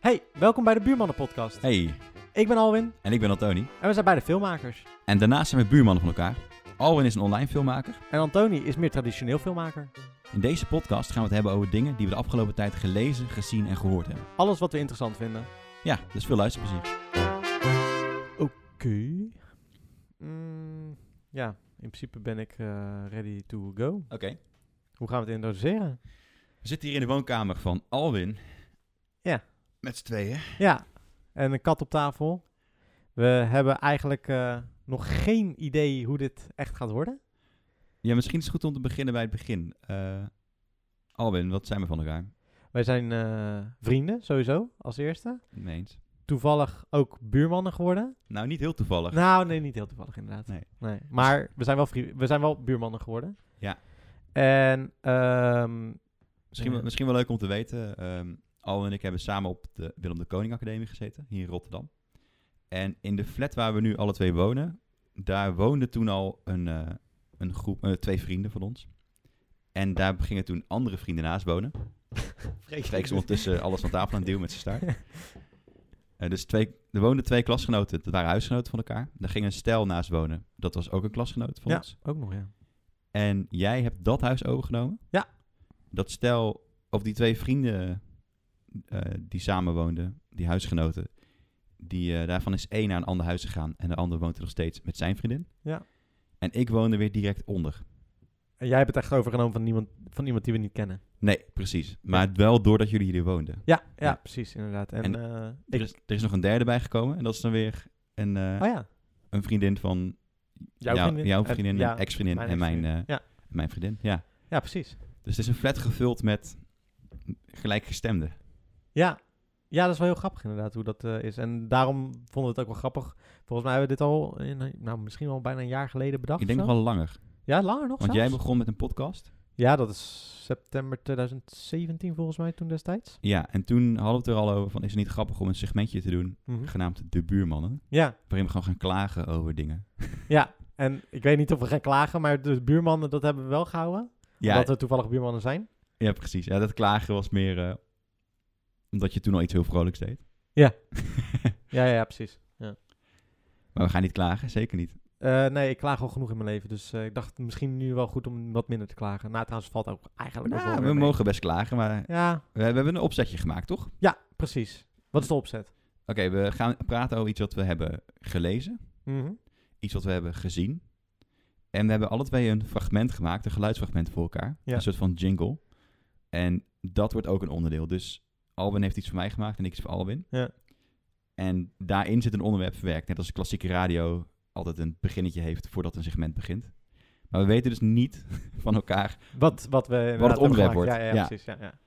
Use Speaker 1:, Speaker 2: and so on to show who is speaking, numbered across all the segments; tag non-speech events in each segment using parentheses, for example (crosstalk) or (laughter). Speaker 1: Hey, welkom bij de Buurmannen Podcast.
Speaker 2: Hey,
Speaker 1: Ik ben Alwin
Speaker 2: en ik ben Antoni.
Speaker 1: en we zijn beide filmmakers.
Speaker 2: En daarnaast zijn we buurmannen van elkaar. Alwin is een online filmmaker.
Speaker 1: En Antoni is meer traditioneel filmmaker.
Speaker 2: In deze podcast gaan we het hebben over dingen die we de afgelopen tijd gelezen, gezien en gehoord hebben.
Speaker 1: Alles wat we interessant vinden.
Speaker 2: Ja, dus veel luisterplezier.
Speaker 1: Oké. Mm, ja, in principe ben ik eh, ready to go.
Speaker 2: Oké.
Speaker 1: Hoe gaan we het introduceren?
Speaker 2: We zitten hier in de woonkamer van Alwin.
Speaker 1: Ja.
Speaker 2: Met z'n tweeën.
Speaker 1: Ja, en een kat op tafel. We hebben eigenlijk eh, nog geen idee hoe dit echt gaat worden.
Speaker 2: Ja, misschien is het goed om te beginnen bij het begin. Eh, Alwin, wat zijn we van elkaar?
Speaker 1: Wij zijn eh, vrienden, sowieso, als eerste.
Speaker 2: Mee eens?
Speaker 1: Toevallig ook buurmannen geworden.
Speaker 2: Nou, niet heel toevallig.
Speaker 1: Nou, nee, Dus- niet heel toevallig inderdaad.
Speaker 2: Nee.
Speaker 1: Maar we zijn wel, vri- we zijn wel buurmannen geworden.
Speaker 2: Ja.
Speaker 1: En (laughs) ehm,
Speaker 2: misschien, wel, misschien wel leuk om te weten. ehm Alwin en ik hebben samen op de Willem de Koning Academie gezeten, hier in Rotterdam. En in de flat waar we nu alle twee wonen, daar woonde toen al een, eh, een groep, eh, twee vrienden van ons. En daar gingen toen andere vrienden naast wonen.
Speaker 1: Freek
Speaker 2: Kreeg ze ondertussen alles van tafel aan het duwen met zijn staart. Eh, dus twee, er woonden twee klasgenoten, dat waren huisgenoten van elkaar. Daar ging een stijl naast wonen, dat was ook een klasgenoot van
Speaker 1: Ja.
Speaker 2: ons.
Speaker 1: Ook nog, ja.
Speaker 2: En jij hebt dat huis overgenomen?
Speaker 1: Ja.
Speaker 2: Dat stel, of die twee vrienden eh, die samen woonden, die huisgenoten, die, eh, daarvan is één naar een ander huis gegaan en de ander woont er nog steeds met zijn vriendin.
Speaker 1: Ja.
Speaker 2: En ik woonde weer direct onder.
Speaker 1: En jij hebt het echt overgenomen van iemand, van iemand die we niet kennen.
Speaker 2: Nee, precies. Maar wel doordat jullie hier woonden.
Speaker 1: Ja, ja,
Speaker 2: Ja.
Speaker 1: precies, inderdaad. En,
Speaker 2: En
Speaker 1: eh, ik,
Speaker 2: Er is, er is nog een derde bijgekomen en dat is dan weer een, eh,
Speaker 1: oh ja,
Speaker 2: een vriendin van
Speaker 1: jouw
Speaker 2: jou-
Speaker 1: vriendin.
Speaker 2: jouw
Speaker 1: Eh,
Speaker 2: vriendin,
Speaker 1: ja,
Speaker 2: ex-vriendin
Speaker 1: mijn
Speaker 2: en mijn,
Speaker 1: ex-vriendin.
Speaker 2: eh,
Speaker 1: ja.
Speaker 2: mijn vriendin. Ja.
Speaker 1: ja, precies.
Speaker 2: Dus het is een flat gevuld met gelijkgestemden.
Speaker 1: Ja. ja, dat is wel heel grappig inderdaad hoe dat eh, is. En daarom vonden we het ook wel grappig. Volgens mij hebben we dit al, in, nou, misschien al bijna een jaar geleden bedacht.
Speaker 2: Ik denk
Speaker 1: of
Speaker 2: nog
Speaker 1: zo.
Speaker 2: wel langer.
Speaker 1: Ja, langer nog
Speaker 2: Want
Speaker 1: zelfs.
Speaker 2: jij begon met een podcast.
Speaker 1: Ja, dat is september 2017 volgens mij toen destijds.
Speaker 2: Ja, en toen hadden we het er al over van is het niet grappig om een segmentje te doen,
Speaker 1: Hm?
Speaker 2: genaamd De Buurmannen,
Speaker 1: Ja,
Speaker 2: waarin we gewoon gaan klagen over dingen.
Speaker 1: ja. En ik weet niet of we gaan klagen, maar de buurmannen, dat hebben we wel gehouden.
Speaker 2: Ja,
Speaker 1: Omdat we toevallig buurmannen zijn.
Speaker 2: ja precies. Ja, dat klagen was meer eh, omdat je toen al iets heel vrolijks deed.
Speaker 1: Ja, ja, ja, precies.
Speaker 2: Maar we gaan niet klagen, zeker niet.
Speaker 1: Eh, nee, ik klaag al genoeg in mijn leven. Dus eh, ik dacht misschien nu wel goed om wat minder te klagen. Nou, trouwens valt ook eigenlijk ook wel
Speaker 2: Nou,
Speaker 1: weer
Speaker 2: we
Speaker 1: mee.
Speaker 2: mogen best klagen, maar we,
Speaker 1: Ja,
Speaker 2: we hebben een opzetje gemaakt, toch? Oké,
Speaker 1: ja, precies. Wat is de opzet?
Speaker 2: we gaan praten over iets wat we hebben gelezen,
Speaker 1: Mhm.
Speaker 2: iets wat we hebben gezien. En we hebben alle twee een fragment gemaakt, een geluidsfragment voor elkaar.
Speaker 1: Ja.
Speaker 2: Een soort van jingle. En dat wordt ook een onderdeel. Dus Alwin heeft iets voor mij gemaakt en ik iets voor Alwin.
Speaker 1: Ja.
Speaker 2: En daarin zit een onderwerp verwerkt. Net als klassieke radio altijd een beginnetje heeft voordat een segment begint. Maar we weten dus niet (laughs) van elkaar.
Speaker 1: Wat, wat we inderdaad hebben
Speaker 2: onderwerp
Speaker 1: gemaakt.
Speaker 2: wordt.
Speaker 1: Ja, ja,
Speaker 2: Ja.
Speaker 1: precies. Ja, ja.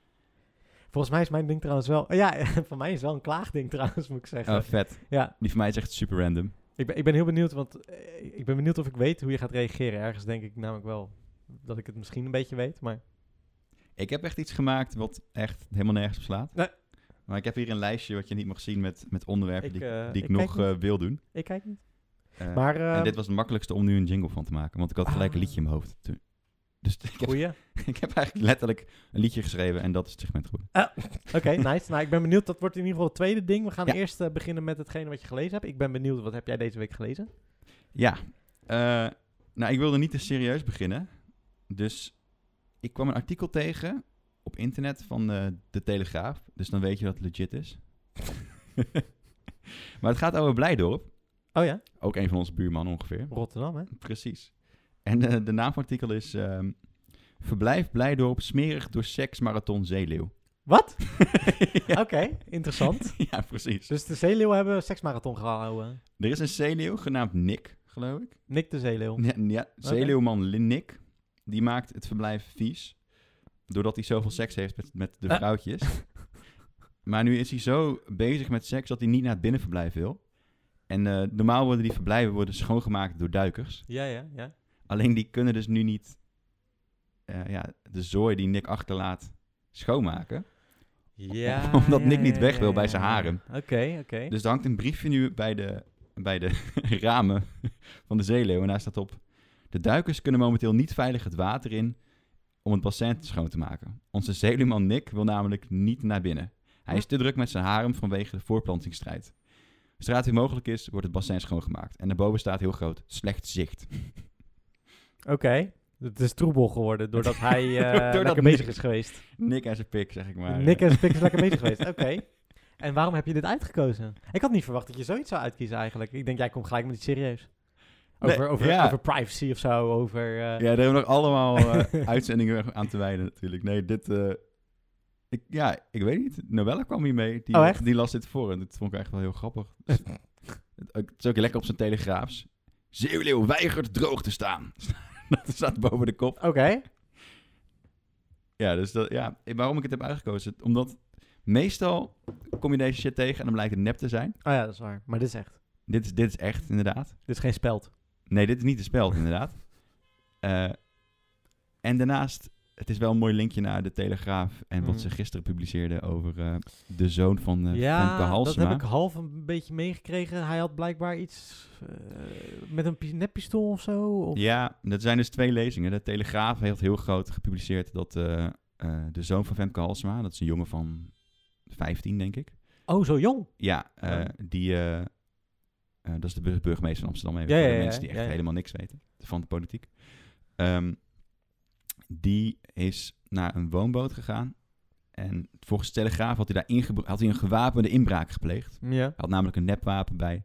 Speaker 1: Volgens mij is mijn ding trouwens wel... (laughs) Ja, voor mij is wel een klaagding trouwens, moet ik zeggen.
Speaker 2: Oh, vet.
Speaker 1: ja,
Speaker 2: Die van mij is echt super random.
Speaker 1: Ik ben, ik ben heel benieuwd, want eh, ik ben benieuwd of ik weet hoe je gaat reageren. Ergens denk ik namelijk wel dat ik het misschien een beetje weet, maar...
Speaker 2: Ik heb echt iets gemaakt wat echt helemaal nergens op slaat.
Speaker 1: Nee.
Speaker 2: Maar ik heb hier een lijstje wat je niet mag zien met, met onderwerpen
Speaker 1: Ik,
Speaker 2: die, ik-
Speaker 1: eh,
Speaker 2: die ik,
Speaker 1: ik kijk
Speaker 2: nog
Speaker 1: niet.
Speaker 2: eh, wil doen.
Speaker 1: Ik kijk niet.
Speaker 2: Eh,
Speaker 1: Maar,
Speaker 2: En
Speaker 1: eh
Speaker 2: dit was het makkelijkste om nu een jingle van te maken, want ik had gelijk een
Speaker 1: Ah.
Speaker 2: liedje in mijn hoofd. toen. Dus (laughs) ik heb,
Speaker 1: goeie.
Speaker 2: ik heb eigenlijk letterlijk een liedje geschreven en dat is het segment geworden.
Speaker 1: Oké, nice. Nou, ik ben benieuwd. Dat wordt in ieder geval het tweede ding. We gaan
Speaker 2: Ja.
Speaker 1: eerst eh, beginnen met hetgene wat je gelezen hebt. Ik ben benieuwd, wat heb jij deze week gelezen?
Speaker 2: Ja, eh, nou ik wilde niet te serieus beginnen, dus ik kwam een artikel tegen op internet van eh, De Telegraaf, dus dan weet je dat het legit is. (laughs) maar het gaat over Blijdorp,
Speaker 1: Oh ja?
Speaker 2: ook een van onze buurmannen ongeveer.
Speaker 1: Rotterdam, hè?
Speaker 2: Precies. En eh, de naam van het artikel is ehm, Verblijf Blijdorp smerig door seksmarathon zeeleeuw. (laughs)
Speaker 1: Wat?
Speaker 2: Ja.
Speaker 1: Oké, interessant.
Speaker 2: (laughs) Ja, precies.
Speaker 1: dus de zeeleeuwen hebben seksmarathon gehouden.
Speaker 2: Er is een zeeleeuw genaamd Nick, geloof ik.
Speaker 1: Nick de zeeleeuw.
Speaker 2: Ja, ja zeeleeuwman Lin- Nick. Die maakt het verblijf vies. Doordat hij zoveel seks heeft met, met de
Speaker 1: Eh.
Speaker 2: vrouwtjes. (laughs) maar nu is hij zo bezig met seks dat hij niet naar het binnenverblijf wil. En eh, normaal worden die verblijven worden schoongemaakt door duikers.
Speaker 1: Ja, ja, ja.
Speaker 2: Alleen die kunnen dus nu niet eh, ja, de zooi die Nick achterlaat schoonmaken.
Speaker 1: Ja.
Speaker 2: (laughs) Omdat
Speaker 1: ja,
Speaker 2: Nick niet
Speaker 1: ja,
Speaker 2: weg
Speaker 1: ja,
Speaker 2: wil
Speaker 1: ja,
Speaker 2: bij zijn
Speaker 1: ja.
Speaker 2: harem.
Speaker 1: Oké, oké.
Speaker 2: Dus er hangt een briefje nu bij de, bij de (laughs) ramen van de zeeleeuw. En daar staat op... De duikers kunnen momenteel niet veilig het water in om het bassin schoon te maken. Onze zeeleeuwman Nick wil namelijk niet naar binnen. Hij is te druk met zijn harem vanwege de voorplantingsstrijd. Zodra het weer mogelijk is, wordt het bassin schoongemaakt. En daarboven staat heel groot, slecht zicht. (laughs)
Speaker 1: Oké. Het is troebel geworden
Speaker 2: (laughs)
Speaker 1: doordat hij eh,
Speaker 2: Doordat
Speaker 1: lekker
Speaker 2: Nick-
Speaker 1: bezig is geweest.
Speaker 2: Nick en zijn pik, zeg ik maar. eh,
Speaker 1: Nick en Spik is lekker bezig
Speaker 2: (laughs)
Speaker 1: geweest. Oké. En waarom heb je dit uitgekozen? Ik had niet verwacht dat je zoiets zou uitkiezen eigenlijk. Ik denk, jij komt gelijk met iets serieus. Over,
Speaker 2: Nee,
Speaker 1: over,
Speaker 2: ja.
Speaker 1: over privacy of zo, over... eh,
Speaker 2: Ja, daar hebben we nog
Speaker 1: (laughs)
Speaker 2: allemaal eh, uitzendingen aan te wijden natuurlijk. Nee, dit... eh, ik, ja, ik weet niet. Novella kwam hier mee. Die,
Speaker 1: Oh, echt?
Speaker 2: die las dit voor en dat vond ik echt wel heel grappig.
Speaker 1: (laughs)
Speaker 2: Dus, het ook- het is ook lekker op zijn telegraafs. Zeeuwleeuw weigert droog te staan. (laughs) dat staat boven de kop.
Speaker 1: Oké.
Speaker 2: Ja, dus dat, ja, ik- waarom ik het heb uitgekozen? Omdat meestal kom je deze shit tegen en dan blijkt het nep te zijn.
Speaker 1: Oh ja, dat is waar. Maar dit is echt.
Speaker 2: Dit is, dit is echt, inderdaad.
Speaker 1: Dit is geen speld.
Speaker 2: Nee, dit is niet de
Speaker 1: (laughs)
Speaker 2: speld, inderdaad. Eh, en daarnaast, het is wel een mooi linkje naar de Telegraaf en wat
Speaker 1: Mm.
Speaker 2: ze gisteren publiceerden over eh, de zoon van eh Femke
Speaker 1: ja, dat
Speaker 2: Halsema.
Speaker 1: heb ik half een beetje meegekregen. Hij had blijkbaar iets eh, met een pi- neppistool of zo. Of...
Speaker 2: Ja, dat zijn dus twee lezingen. De Telegraaf heeft heel groot gepubliceerd dat eh, eh, de zoon van Femke Halsema, dat is een jongen van 15, denk ik.
Speaker 1: Oh, zo jong.
Speaker 2: Ja, eh,
Speaker 1: Ja.
Speaker 2: die. eh, eh, dat is de bur- burgemeester van Amsterdam. Even
Speaker 1: Ja,
Speaker 2: voor de
Speaker 1: ja, ja,
Speaker 2: mensen die
Speaker 1: ja,
Speaker 2: echt
Speaker 1: ja.
Speaker 2: helemaal niks weten van de politiek. Ehm, die is naar een woonboot gegaan. En volgens de Telegraaf had hij, daar ingebro- had hij een gewapende inbraak gepleegd.
Speaker 1: Ja.
Speaker 2: Hij had namelijk een nepwapen bij.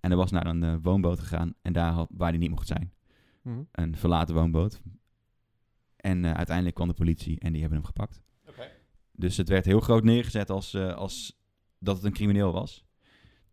Speaker 2: En hij was naar een eh, woonboot gegaan. En daar had, waar hij niet mocht zijn.
Speaker 1: Mhm.
Speaker 2: Een verlaten woonboot. En eh, uiteindelijk kwam de politie en die hebben hem gepakt. Dus het werd heel groot neergezet als, eh, als dat het een crimineel was.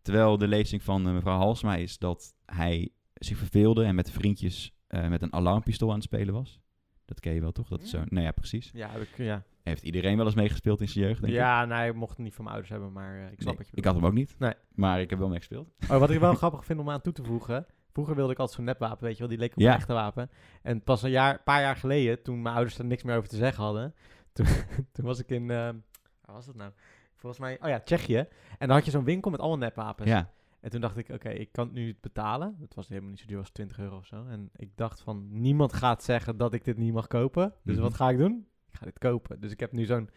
Speaker 2: Terwijl de lezing van eh, mevrouw Halsma is dat hij zich verveelde en met vriendjes eh, met een alarmpistool aan het spelen was. Dat ken je wel toch? Dat is zo... Nou ja, precies.
Speaker 1: Ja, heb ik, ja.
Speaker 2: Heeft iedereen wel eens meegespeeld in zijn jeugd? Denk ik?
Speaker 1: ja nou, ik mocht het niet van mijn ouders hebben, maar eh, ik snap
Speaker 2: Nee,
Speaker 1: wat je
Speaker 2: ik
Speaker 1: bedoelt.
Speaker 2: had hem ook niet.
Speaker 1: Nee.
Speaker 2: Maar ik heb wel meegespeeld.
Speaker 1: Oh, wat ik wel (laughs) grappig vind om aan toe te voegen. Vroeger wilde ik altijd zo'n nepwapen, weet je wel. Die leek op
Speaker 2: Ja.
Speaker 1: een echte wapen. En pas een jaar, paar jaar geleden, toen mijn ouders er niks meer over te zeggen hadden. (laughs) Toen, toen was ik in... ehm, waar was dat nou? Volgens mij... Oh ja, Tsjechië. En dan had je zo'n winkel met allemaal nepwapens.
Speaker 2: Ja.
Speaker 1: En toen dacht ik, oké, ik kan het nu betalen. Het was helemaal niet zo duur als 20 euro of zo. En ik dacht van, niemand gaat zeggen dat ik dit niet mag kopen. Dus
Speaker 2: Mhm.
Speaker 1: wat ga ik doen? Ik ga dit kopen. Dus ik heb nu zo'n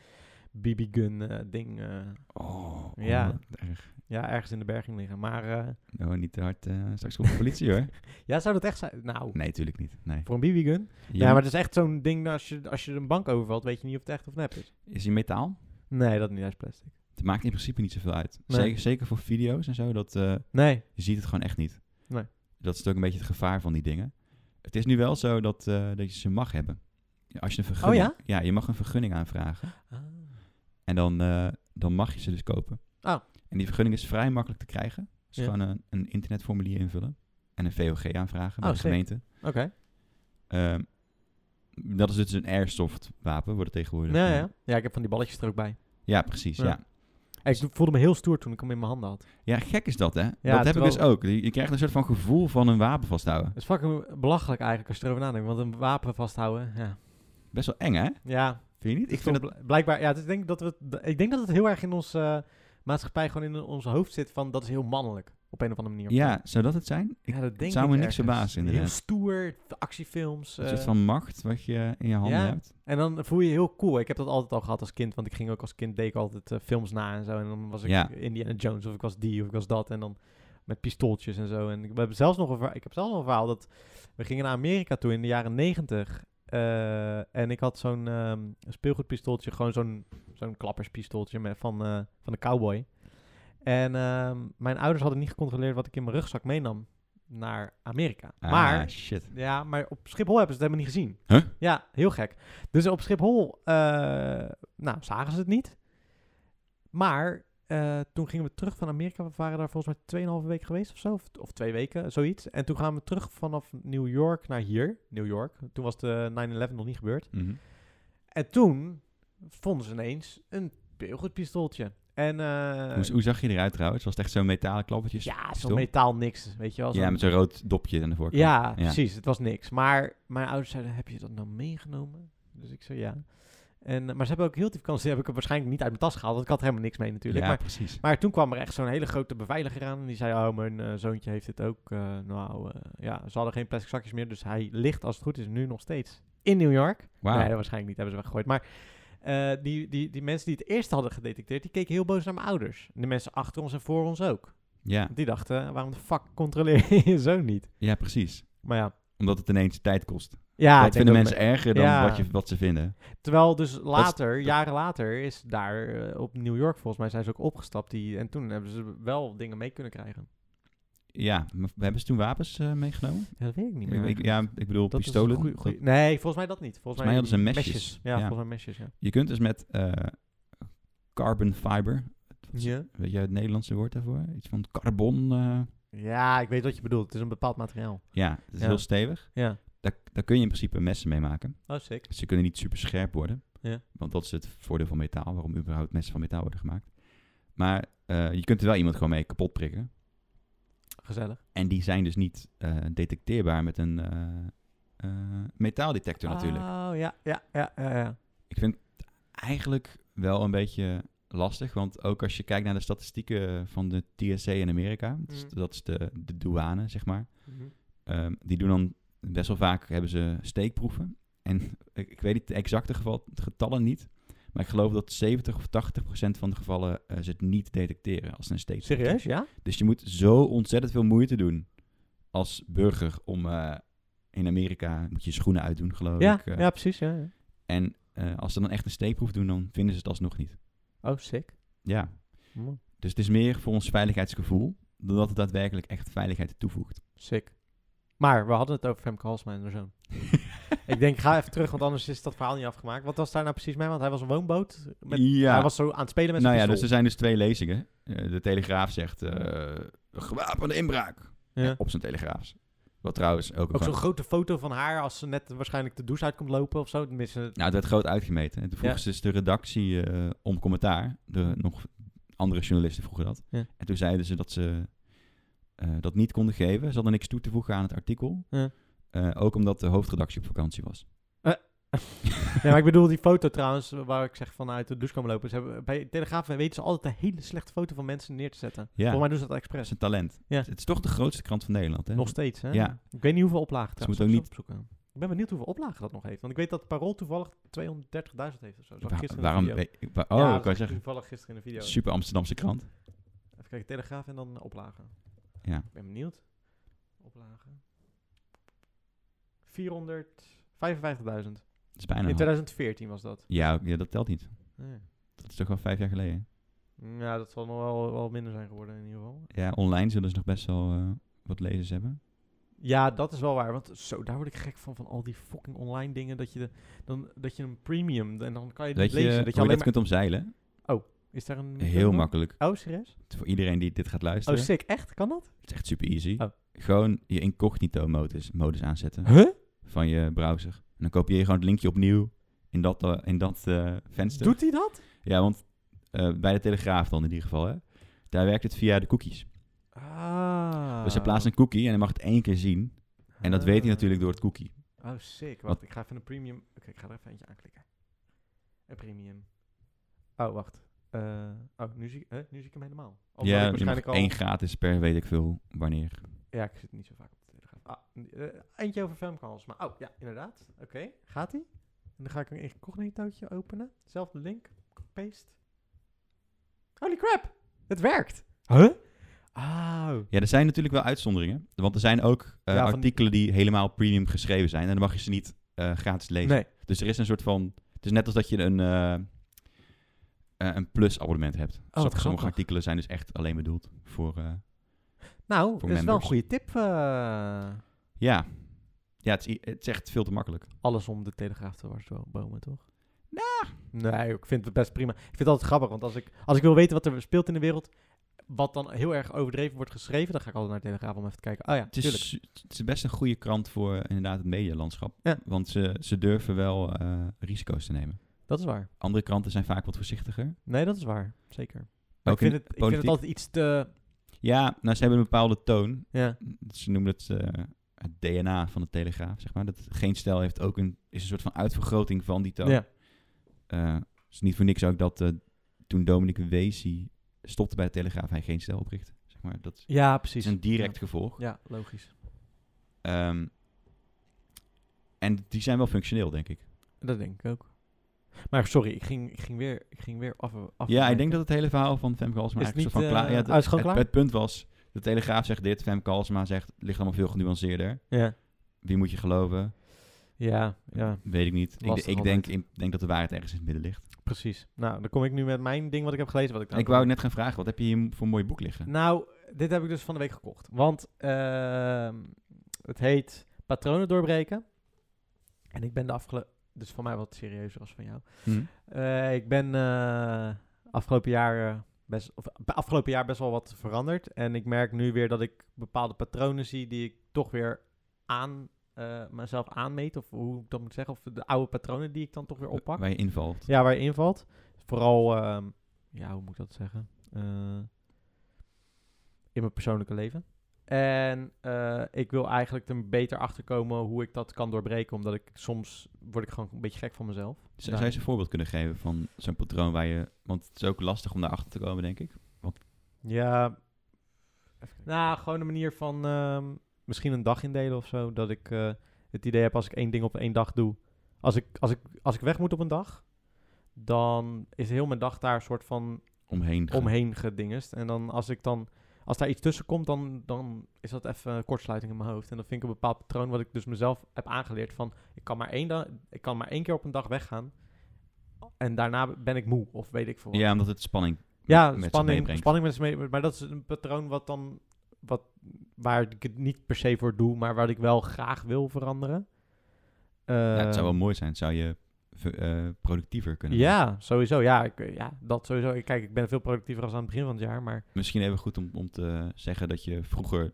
Speaker 1: BB-gun eh, ding eh,
Speaker 2: Oh, oh,
Speaker 1: Ja.
Speaker 2: wat erg.
Speaker 1: ja, ergens in de berging liggen. Maar eh,
Speaker 2: Nou, niet te hard. eh, straks komt de politie hoor.
Speaker 1: ja, zou dat echt zijn? Nou,
Speaker 2: Nee, tuurlijk niet. Nee.
Speaker 1: voor een BB-gun? Ja,
Speaker 2: Ja,
Speaker 1: maar het is echt zo'n ding, als je, als je een bank overvalt, weet je niet of het echt of nep is.
Speaker 2: Is hij metaal?
Speaker 1: Nee, dat niet, hij is plastic.
Speaker 2: Het maakt in principe niet zoveel uit.
Speaker 1: Nee.
Speaker 2: Zeker, zeker voor video's en zo. Dat, eh,
Speaker 1: Nee.
Speaker 2: Je ziet het gewoon echt niet.
Speaker 1: Nee.
Speaker 2: Dat is ook een beetje het gevaar van die dingen. Het is nu wel zo dat, eh, dat je ze mag hebben. Ja, Als je een vergunning,
Speaker 1: Oh ja?
Speaker 2: je mag een vergunning aanvragen.
Speaker 1: Ah.
Speaker 2: En dan, eh, dan mag je ze dus kopen.
Speaker 1: Oh.
Speaker 2: En die vergunning is vrij makkelijk te krijgen. Dus
Speaker 1: Ja.
Speaker 2: gewoon een, een internetformulier invullen. En een VOG aanvragen bij
Speaker 1: Oh,
Speaker 2: de
Speaker 1: sick.
Speaker 2: gemeente.
Speaker 1: Oké.
Speaker 2: Ehm, dat is dus een airsoft wapen, wordt het tegenwoordig.
Speaker 1: Ja,
Speaker 2: eh,
Speaker 1: ja. ja, ik heb van die balletjes er ook bij.
Speaker 2: ja, precies.
Speaker 1: Ja.
Speaker 2: Ja.
Speaker 1: En ik voelde me heel stoer toen ik hem in mijn handen had.
Speaker 2: Ja, gek is dat, hè? dat
Speaker 1: terwijl-
Speaker 2: heb ik dus ook. Je je krijgt een soort van gevoel van een wapen vasthouden.
Speaker 1: Het is fucking belachelijk eigenlijk als je erover nadenkt, want een wapen vasthouden, ja.
Speaker 2: Best wel eng, hè?
Speaker 1: Ja,
Speaker 2: Vind je niet? Ik vind dat...
Speaker 1: het blijkbaar. Ja, het is denk ik dat we. het- d- Ik denk dat het heel erg in onze eh, maatschappij gewoon in ons hoofd zit van dat is heel mannelijk op een of andere manier.
Speaker 2: Ja, zou dat het zijn?
Speaker 1: Ja, dat denk
Speaker 2: zou
Speaker 1: ik
Speaker 2: me niks
Speaker 1: ergens.
Speaker 2: verbazen,
Speaker 1: Heel
Speaker 2: inderdaad.
Speaker 1: stoer, de actiefilms.
Speaker 2: Een
Speaker 1: eh,
Speaker 2: soort van macht wat je in je handen
Speaker 1: ja.
Speaker 2: hebt.
Speaker 1: En dan voel je je heel cool. Ik heb dat altijd al gehad als kind, want ik ging ook als kind deed ik altijd eh, films na en zo. En dan was ik
Speaker 2: Ja.
Speaker 1: Indiana Jones of ik was die of ik was dat en dan met pistooltjes en zo. En ik, we hebben zelfs nog een verhaal, ik heb zelfs nog een verhaal dat we gingen naar Amerika toe in de jaren negentig. Eh, en ik had zo'n ehm, speelgoedpistooltje, gewoon zo'n zo'n klapperspistooltje met, van, eh, van de cowboy. En ehm, mijn ouders hadden niet gecontroleerd wat ik in mijn rugzak meenam naar Amerika. maar
Speaker 2: ah, shit.
Speaker 1: ja, maar op Schiphol hebben ze het helemaal niet gezien.
Speaker 2: Huh?
Speaker 1: Ja, heel gek. Dus op Schiphol, eh, nou, zagen ze het niet. Maar eh, toen gingen we terug van Amerika. We waren daar volgens mij 2,5 weken geweest of zo. Of, of twee weken, zoiets. En toen gaan we terug vanaf New York naar hier, New York. Toen was de 9-11 nog niet gebeurd.
Speaker 2: Mhm.
Speaker 1: En toen vonden ze ineens een heel goed pistooltje. En eh,
Speaker 2: hoe, hoe zag je eruit trouwens? Was het echt zo'n metalen klappertjes?
Speaker 1: ja, zo'n
Speaker 2: pistool?
Speaker 1: metaal niks, weet je wel.
Speaker 2: Ja,
Speaker 1: zo'n-
Speaker 2: met zo'n rood dopje aan de voorkant.
Speaker 1: ja, precies. Het was niks. Maar mijn ouders zeiden, heb je dat nou meegenomen? Dus ik zei ja. En, eh, maar ze hebben ook heel die vakantie, heb ik het waarschijnlijk niet uit mijn tas gehaald, want ik had helemaal niks mee natuurlijk.
Speaker 2: Ja,
Speaker 1: Maar,
Speaker 2: precies.
Speaker 1: maar toen kwam er echt zo'n hele grote beveiliger aan en die zei, oh, mijn eh, zoontje heeft dit ook. Eh, nou, eh, ja, ze hadden geen plastic zakjes meer, dus hij ligt als het goed is nu nog steeds in New York.
Speaker 2: Wauw.
Speaker 1: Nee, dat waarschijnlijk niet, hebben ze weggegooid. Maar eh, die, die, die mensen die het eerst hadden gedetecteerd, die keken heel boos naar mijn ouders. En de mensen achter ons en voor ons ook.
Speaker 2: Ja,
Speaker 1: Die dachten, eh, waarom de fuck controleer je je zoon niet?
Speaker 2: ja, precies.
Speaker 1: Maar ja.
Speaker 2: Omdat het ineens tijd kost.
Speaker 1: ja ik denk
Speaker 2: dat vinden
Speaker 1: dat-
Speaker 2: mensen erger dan
Speaker 1: Ja.
Speaker 2: wat, je, wat ze vinden.
Speaker 1: Terwijl dus later,
Speaker 2: dat-
Speaker 1: jaren later, is daar eh, op New York volgens mij zijn ze ook opgestapt. Die, en toen hebben ze wel dingen mee kunnen krijgen.
Speaker 2: Ja, maar hebben ze toen wapens eh, meegenomen?
Speaker 1: Ja, dat weet ik niet
Speaker 2: Ik-
Speaker 1: meer.
Speaker 2: ik, ja, ik bedoel,
Speaker 1: Dat is een
Speaker 2: pistolen.
Speaker 1: goeie-
Speaker 2: Dat-
Speaker 1: goeie- Nee, volgens mij dat niet. Volgens
Speaker 2: Volgens mij hadden ze mesjes.
Speaker 1: Ja,
Speaker 2: Ja.
Speaker 1: volgens mij mesjes, ja.
Speaker 2: Je kunt dus met eh, carbon fiber,
Speaker 1: ja.
Speaker 2: weet jij het Nederlandse woord daarvoor? Iets van carbon. eh,
Speaker 1: Ja, ik weet wat je bedoelt. Het is een bepaald materiaal.
Speaker 2: ja, het is
Speaker 1: Ja.
Speaker 2: heel stevig.
Speaker 1: Ja.
Speaker 2: Daar, daar kun je in principe messen mee maken. Dus
Speaker 1: Oh, sick.
Speaker 2: Ze kunnen niet super scherp worden.
Speaker 1: Ja.
Speaker 2: Want dat is het voordeel van metaal, waarom überhaupt messen van metaal worden gemaakt. Maar eh, je kunt er wel iemand gewoon mee kapot prikken.
Speaker 1: Gezellig.
Speaker 2: En die zijn dus niet eh, detecteerbaar met een eh, eh, metaaldetector natuurlijk.
Speaker 1: Oh, ja, ja, ja, ja. ja.
Speaker 2: Ik vind het eigenlijk wel een beetje lastig. Want ook als je kijkt naar de statistieken van de TSA in Amerika, dat is,
Speaker 1: Mm.
Speaker 2: dat is de, de douane, zeg maar.
Speaker 1: Mhm.
Speaker 2: Ehm, die doen dan best wel vaak hebben ze steekproeven. En ik, ik weet niet de exacte geval, getallen niet. Maar ik geloof dat 70 of 80 procent van de gevallen eh, ze het niet detecteren als ze een steek.
Speaker 1: Serieus, ja?
Speaker 2: Dus je moet zo ontzettend veel moeite doen als burger om eh, in Amerika moet je je schoenen uitdoen, geloof
Speaker 1: Ja,
Speaker 2: ik. eh.
Speaker 1: ja, precies, ja. ja.
Speaker 2: En eh, als ze dan echt een steekproef doen, dan vinden ze het alsnog niet.
Speaker 1: Oh, sick.
Speaker 2: Ja.
Speaker 1: Mm,
Speaker 2: Dus het is meer voor ons veiligheidsgevoel dan dat het daadwerkelijk echt veiligheid toevoegt.
Speaker 1: Sick. Maar we hadden het over Femke Halsma en haar
Speaker 2: (laughs)
Speaker 1: zoon. ik denk, ga even terug, want anders is dat verhaal niet afgemaakt. Wat was daar nou precies mee? Want hij was een woonboot. Met,
Speaker 2: ja.
Speaker 1: Hij was zo aan het spelen met
Speaker 2: nou
Speaker 1: zijn
Speaker 2: ja, dus er
Speaker 1: pistool.
Speaker 2: zijn dus twee lezingen. Eh, De Telegraaf zegt eh gewapende inbraak
Speaker 1: Ja.
Speaker 2: op zijn Telegraafs. Wat trouwens ook, een
Speaker 1: Ook zo'n
Speaker 2: gewoon-
Speaker 1: grote foto van haar als ze net waarschijnlijk de douche uit komt lopen of zo. Tenminste, (laughs)
Speaker 2: Nou, het werd groot uitgemeten. En toen vroeg
Speaker 1: Ja.
Speaker 2: ze dus de redactie eh, om commentaar. De, nog andere journalisten vroegen dat.
Speaker 1: Ja.
Speaker 2: En toen zeiden ze dat ze eh, dat niet konden geven. Ze hadden niks toe te voegen aan het artikel.
Speaker 1: Ja.
Speaker 2: Eh, ook omdat de hoofdredactie op vakantie was.
Speaker 1: Nee, maar ik bedoel die foto trouwens, waar ik zeg vanuit de douche komen lopen. Ze hebben, bij Telegraaf weten ze altijd een hele slechte foto van mensen neer te zetten.
Speaker 2: Ja.
Speaker 1: Volgens mij doen ze dat
Speaker 2: Dat
Speaker 1: expres.
Speaker 2: is een talent.
Speaker 1: Ja.
Speaker 2: Het is toch de grootste krant van Nederland, hè?
Speaker 1: Nog steeds, hè?
Speaker 2: Ja.
Speaker 1: Ik weet niet hoeveel oplagen
Speaker 2: Ze
Speaker 1: trouwens,
Speaker 2: moeten ook
Speaker 1: ik zal het opzoeken. Ik ben benieuwd hoeveel oplagen dat nog heeft. Want ik weet dat Parool toevallig 230.000 heeft of zo. Zag ik
Speaker 2: Waar-
Speaker 1: gisteren in de
Speaker 2: waarom?
Speaker 1: video.
Speaker 2: eh, waar- oh,
Speaker 1: Ja,
Speaker 2: ik
Speaker 1: dat
Speaker 2: kan
Speaker 1: zag
Speaker 2: zeggen.
Speaker 1: Toevallig gisteren in de video.
Speaker 2: Super Amsterdamse krant.
Speaker 1: Even kijken, Telegraaf en dan oplagen.
Speaker 2: Ja.
Speaker 1: Ik ben benieuwd. Oplagen. 455.000.
Speaker 2: Dat is bijna.
Speaker 1: In
Speaker 2: een
Speaker 1: 2014 was dat.
Speaker 2: half- Ja, ook- ja, dat telt niet.
Speaker 1: Ja.
Speaker 2: Dat is toch al vijf jaar geleden.
Speaker 1: Nou, dat zal nog wel, wel minder zijn geworden in ieder geval.
Speaker 2: Ja, online zullen ze nog best wel eh, wat lezers hebben.
Speaker 1: Ja, dat is wel waar. Want zo, daar word ik gek van, van al die fucking online dingen. Dat je, de, dan, dat je een premium, en dan kan je
Speaker 2: Weet
Speaker 1: dit
Speaker 2: je,
Speaker 1: lezen. dat
Speaker 2: hoe je
Speaker 1: je
Speaker 2: dat
Speaker 1: alleen maar...
Speaker 2: kunt omzeilen?
Speaker 1: Is daar een...
Speaker 2: Heel makkelijk.
Speaker 1: Oh, serieus?
Speaker 2: Voor iedereen die dit gaat
Speaker 1: Oh,
Speaker 2: luisteren.
Speaker 1: sick. Echt? Kan dat?
Speaker 2: Het is echt super easy.
Speaker 1: Oh.
Speaker 2: Gewoon je incognito modus, modus aanzetten
Speaker 1: Huh?
Speaker 2: van je browser. En dan kopieer je gewoon het linkje opnieuw in dat, eh, in dat eh, venster.
Speaker 1: Doet hij dat?
Speaker 2: Ja, want eh, bij de Telegraaf dan in ieder geval, hè. Daar werkt het via de cookies.
Speaker 1: Ah.
Speaker 2: Dus hij plaatst een cookie en hij mag het één keer zien. En dat weet hij
Speaker 1: Ah.
Speaker 2: natuurlijk door het cookie.
Speaker 1: Oh, sick. Wacht,
Speaker 2: Want-
Speaker 1: ik ga even een premium... Oké, ik ga er even eentje aanklikken. Een premium. Oh, wacht. Eh, oh, nu zie, ik- hè? nu zie ik hem helemaal. Omdat ik
Speaker 2: ja, je mag
Speaker 1: waarschijnlijk al...
Speaker 2: één gratis per weet ik veel wanneer.
Speaker 1: Ja, ik zit niet zo vaak op de telegraaf. Ah, eh, eentje over Femke Halsma. Oh, ja, inderdaad. Oké, gaat ie? En dan ga ik een incognitootje openen. Zelfde link. Paste. Holy crap! Het werkt! Huh? Oh.
Speaker 2: Ja, er zijn natuurlijk wel uitzonderingen. Want er zijn ook eh,
Speaker 1: Ja, van-
Speaker 2: artikelen die helemaal premium geschreven zijn. En dan mag je ze niet eh, gratis lezen.
Speaker 1: Nee. Oh,
Speaker 2: Dus er is een soort van... Het is net als dat je een, eh, eh, een plus abonnement hebt.
Speaker 1: Oh, wat
Speaker 2: sommige
Speaker 1: grappig.
Speaker 2: artikelen zijn dus echt alleen bedoeld voor... eh,
Speaker 1: Nou, dat is wel een
Speaker 2: members.
Speaker 1: goede tip. eh,
Speaker 2: ja, ja het, is, i- het is echt veel te makkelijk.
Speaker 1: alles om de telegraaf te bomen, toch? Nou. Nee, ik vind het best prima. Ik vind het altijd grappig, want als ik, als ik wil weten wat er speelt in de wereld... wat dan heel erg overdreven wordt geschreven... dan ga ik altijd naar de telegraaf om even te kijken. Oh ja,
Speaker 2: Het
Speaker 1: tuurlijk.
Speaker 2: is, het is best een goede krant voor inderdaad het medialandschap.
Speaker 1: Ja.
Speaker 2: Want ze, ze durven wel eh, risico's te nemen.
Speaker 1: Dat is waar.
Speaker 2: Andere kranten zijn vaak wat voorzichtiger.
Speaker 1: Nee, dat is waar. Zeker. Maar
Speaker 2: Ook
Speaker 1: ik, vind
Speaker 2: in
Speaker 1: het, ik vind het
Speaker 2: politiek.
Speaker 1: altijd iets te...
Speaker 2: Ja, nou, ze hebben een bepaalde toon.
Speaker 1: Ja,
Speaker 2: ze noemen het eh, het DNA van de Telegraaf, zeg maar. Dat geen stijl heeft ook een, is een soort van uitvergroting van die toon.
Speaker 1: ja.
Speaker 2: Eh, het is niet voor niks ook dat eh, toen Dominique Weesie stopte bij de Telegraaf, hij geen stijl oprichtte. Zeg maar. Dat is-
Speaker 1: ja
Speaker 2: is
Speaker 1: precies.
Speaker 2: een direct gevolg.
Speaker 1: Ja, logisch.
Speaker 2: Ehm, en die zijn wel functioneel, denk ik.
Speaker 1: Dat denk ik ook. Maar sorry, ik ging, ik ging, weer, ik ging weer af. af
Speaker 2: Ja, ik denk dat het hele verhaal van Femke Halsema
Speaker 1: Is
Speaker 2: eigenlijk
Speaker 1: het
Speaker 2: soort van
Speaker 1: niet,
Speaker 2: klaar...
Speaker 1: eh,
Speaker 2: Ja, het,
Speaker 1: oh, is het gewoon
Speaker 2: het-
Speaker 1: klaar?
Speaker 2: het punt was, de Telegraaf zegt dit, Femke Halsema zegt, het ligt allemaal veel genuanceerder.
Speaker 1: Ja,
Speaker 2: Wie moet je geloven?
Speaker 1: ja, ja
Speaker 2: Weet ik niet. Ik,
Speaker 1: Lastig
Speaker 2: ik
Speaker 1: altijd.
Speaker 2: denk, ik denk dat de waarheid ergens in het midden ligt.
Speaker 1: precies. Nou, dan kom ik nu met mijn ding wat ik heb gelezen. Wat ik,
Speaker 2: ik wou net gaan vragen, wat heb je hier voor een mooi boek liggen?
Speaker 1: Nou, dit heb ik dus van de week gekocht. Want ehm, het heet Patronen doorbreken. En ik ben de afgelopen... Dus van mij wat serieuzer als van jou.
Speaker 2: Hm?
Speaker 1: Eh, ik ben eh, afgelopen, jaar, eh, best, of, eh, afgelopen jaar best wel wat veranderd. En ik merk nu weer dat ik bepaalde patronen zie die ik toch weer aan eh, mezelf aanmeet. Of hoe ik dat moet zeggen. Of de oude patronen die ik dan toch weer oppak.
Speaker 2: Waar je invalt.
Speaker 1: Ja, waar je invalt. Vooral, ehm, ja, hoe moet ik dat zeggen? Eh, in mijn persoonlijke leven. En eh, ik wil eigenlijk er beter achter komen hoe ik dat kan doorbreken. Omdat ik soms word ik gewoon een beetje gek van mezelf.
Speaker 2: Z- Zou je eens een voorbeeld kunnen geven van zo'n patroon waar je... Want het is ook lastig om daarachter te komen, denk ik.
Speaker 1: Ja. Nou, gewoon een manier van ehm, misschien een dag indelen of zo. Dat ik eh, het idee heb als ik één ding op één dag doe. Als ik, als ik, als ik weg moet op een dag, dan is heel mijn dag daar een soort van
Speaker 2: Omheen. gaan.
Speaker 1: omheen gedingest. En dan als ik dan, als daar iets tussen komt, dan, dan is dat even een kortsluiting in mijn hoofd. En dat vind ik een bepaald patroon wat ik dus mezelf heb aangeleerd van, ik kan maar één, da- ik kan maar één keer op een dag weggaan. En daarna ben ik moe, of weet ik veel. wat.
Speaker 2: Ja, omdat het spanning
Speaker 1: Ja,
Speaker 2: met zich
Speaker 1: spanning,
Speaker 2: meebrengt.
Speaker 1: spanning met zich mee. Maar dat is een patroon wat dan, wat, waar ik het niet per se voor doe, maar wat ik wel graag wil veranderen.
Speaker 2: Ja, het zou
Speaker 1: Eh,
Speaker 2: wel mooi zijn. Zou je ver- eh, productiever kunnen worden.
Speaker 1: ja, sowieso. Ja, ik, ja, dat sowieso. Ik- Kijk, ik ben veel productiever als aan het begin van het jaar, maar...
Speaker 2: Misschien even goed om, om te zeggen dat je vroeger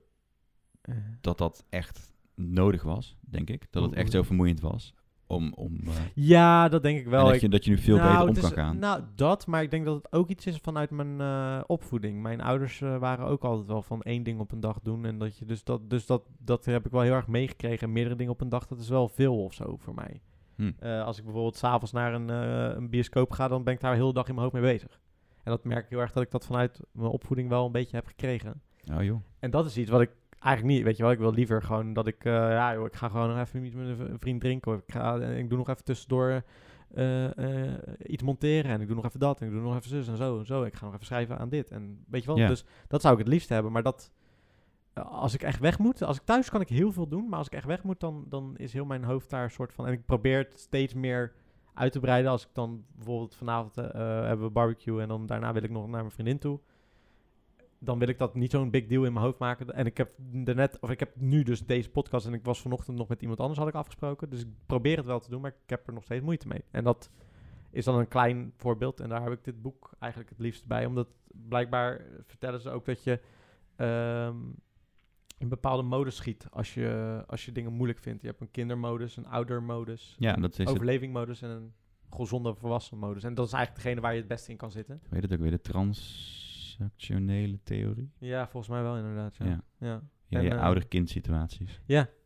Speaker 1: eh,
Speaker 2: dat dat echt nodig was, denk ik. Dat het echt zo vermoeiend was. Om, om, eh, en
Speaker 1: ja, dat denk ik wel.
Speaker 2: dat,
Speaker 1: Ik-
Speaker 2: je, dat je nu veel
Speaker 1: nou,
Speaker 2: beter om
Speaker 1: het
Speaker 2: kan
Speaker 1: is-
Speaker 2: gaan.
Speaker 1: Nou, dat, maar ik denk dat het ook iets is vanuit mijn eh, opvoeding. Mijn ouders eh, waren ook altijd wel van één ding op een dag doen. En dat je dus dat, dus dat, dat heb ik wel heel erg meegekregen. En meerdere dingen op een dag, dat is wel veel of zo voor mij.
Speaker 2: Hm.
Speaker 1: Eh, als ik bijvoorbeeld s'avonds naar een, eh, een bioscoop ga, dan ben ik daar heel de dag in mijn hoofd mee bezig. En dat merk ik heel erg dat ik dat vanuit mijn opvoeding wel een beetje heb gekregen.
Speaker 2: Oh joh.
Speaker 1: En dat is iets wat ik eigenlijk niet, weet je wel, ik wil liever gewoon dat ik, eh, ja joh, ik ga gewoon nog even iets met een v- een vriend drinken. Of ik, ga, en ik doe nog even tussendoor eh, eh, iets monteren en ik doe nog even dat en ik doe nog even zus en zo en zo. Ik ga nog even schrijven aan dit en weet je wel.
Speaker 2: Ja.
Speaker 1: Dus dat zou ik het liefst hebben, maar dat, eh, als ik echt weg moet, als ik thuis kan ik heel veel doen, maar als ik echt weg moet, dan, dan is heel mijn hoofd daar een soort van, en ik probeer het steeds meer uit te breiden. Als ik dan bijvoorbeeld vanavond eh, eh, hebben we barbecue en dan daarna wil ik nog naar mijn vriendin toe dan wil ik dat niet zo'n big deal in mijn hoofd maken. En ik heb daarnet, of ik heb nu dus deze podcast en ik was vanochtend nog met iemand anders had ik afgesproken. Dus ik probeer het wel te doen, maar ik heb er nog steeds moeite mee. En dat is dan een klein voorbeeld. En daar heb ik dit boek eigenlijk het liefst bij. Omdat blijkbaar vertellen ze ook dat je ehm, in bepaalde modus schiet als je, als je dingen moeilijk vindt. Je hebt een kindermodus, een oudermodus,
Speaker 2: Ja, dat is het.
Speaker 1: overlevingmodus en een gezonde volwassenmodus. En dat is eigenlijk degene waar je het beste in kan zitten.
Speaker 2: Weet het ook weer? De transactionele theorie.
Speaker 1: Ja, volgens mij wel inderdaad. Ja.
Speaker 2: Ja.
Speaker 1: ja.
Speaker 2: Ja,
Speaker 1: En,
Speaker 2: je
Speaker 1: eh,
Speaker 2: ouder-kind situaties.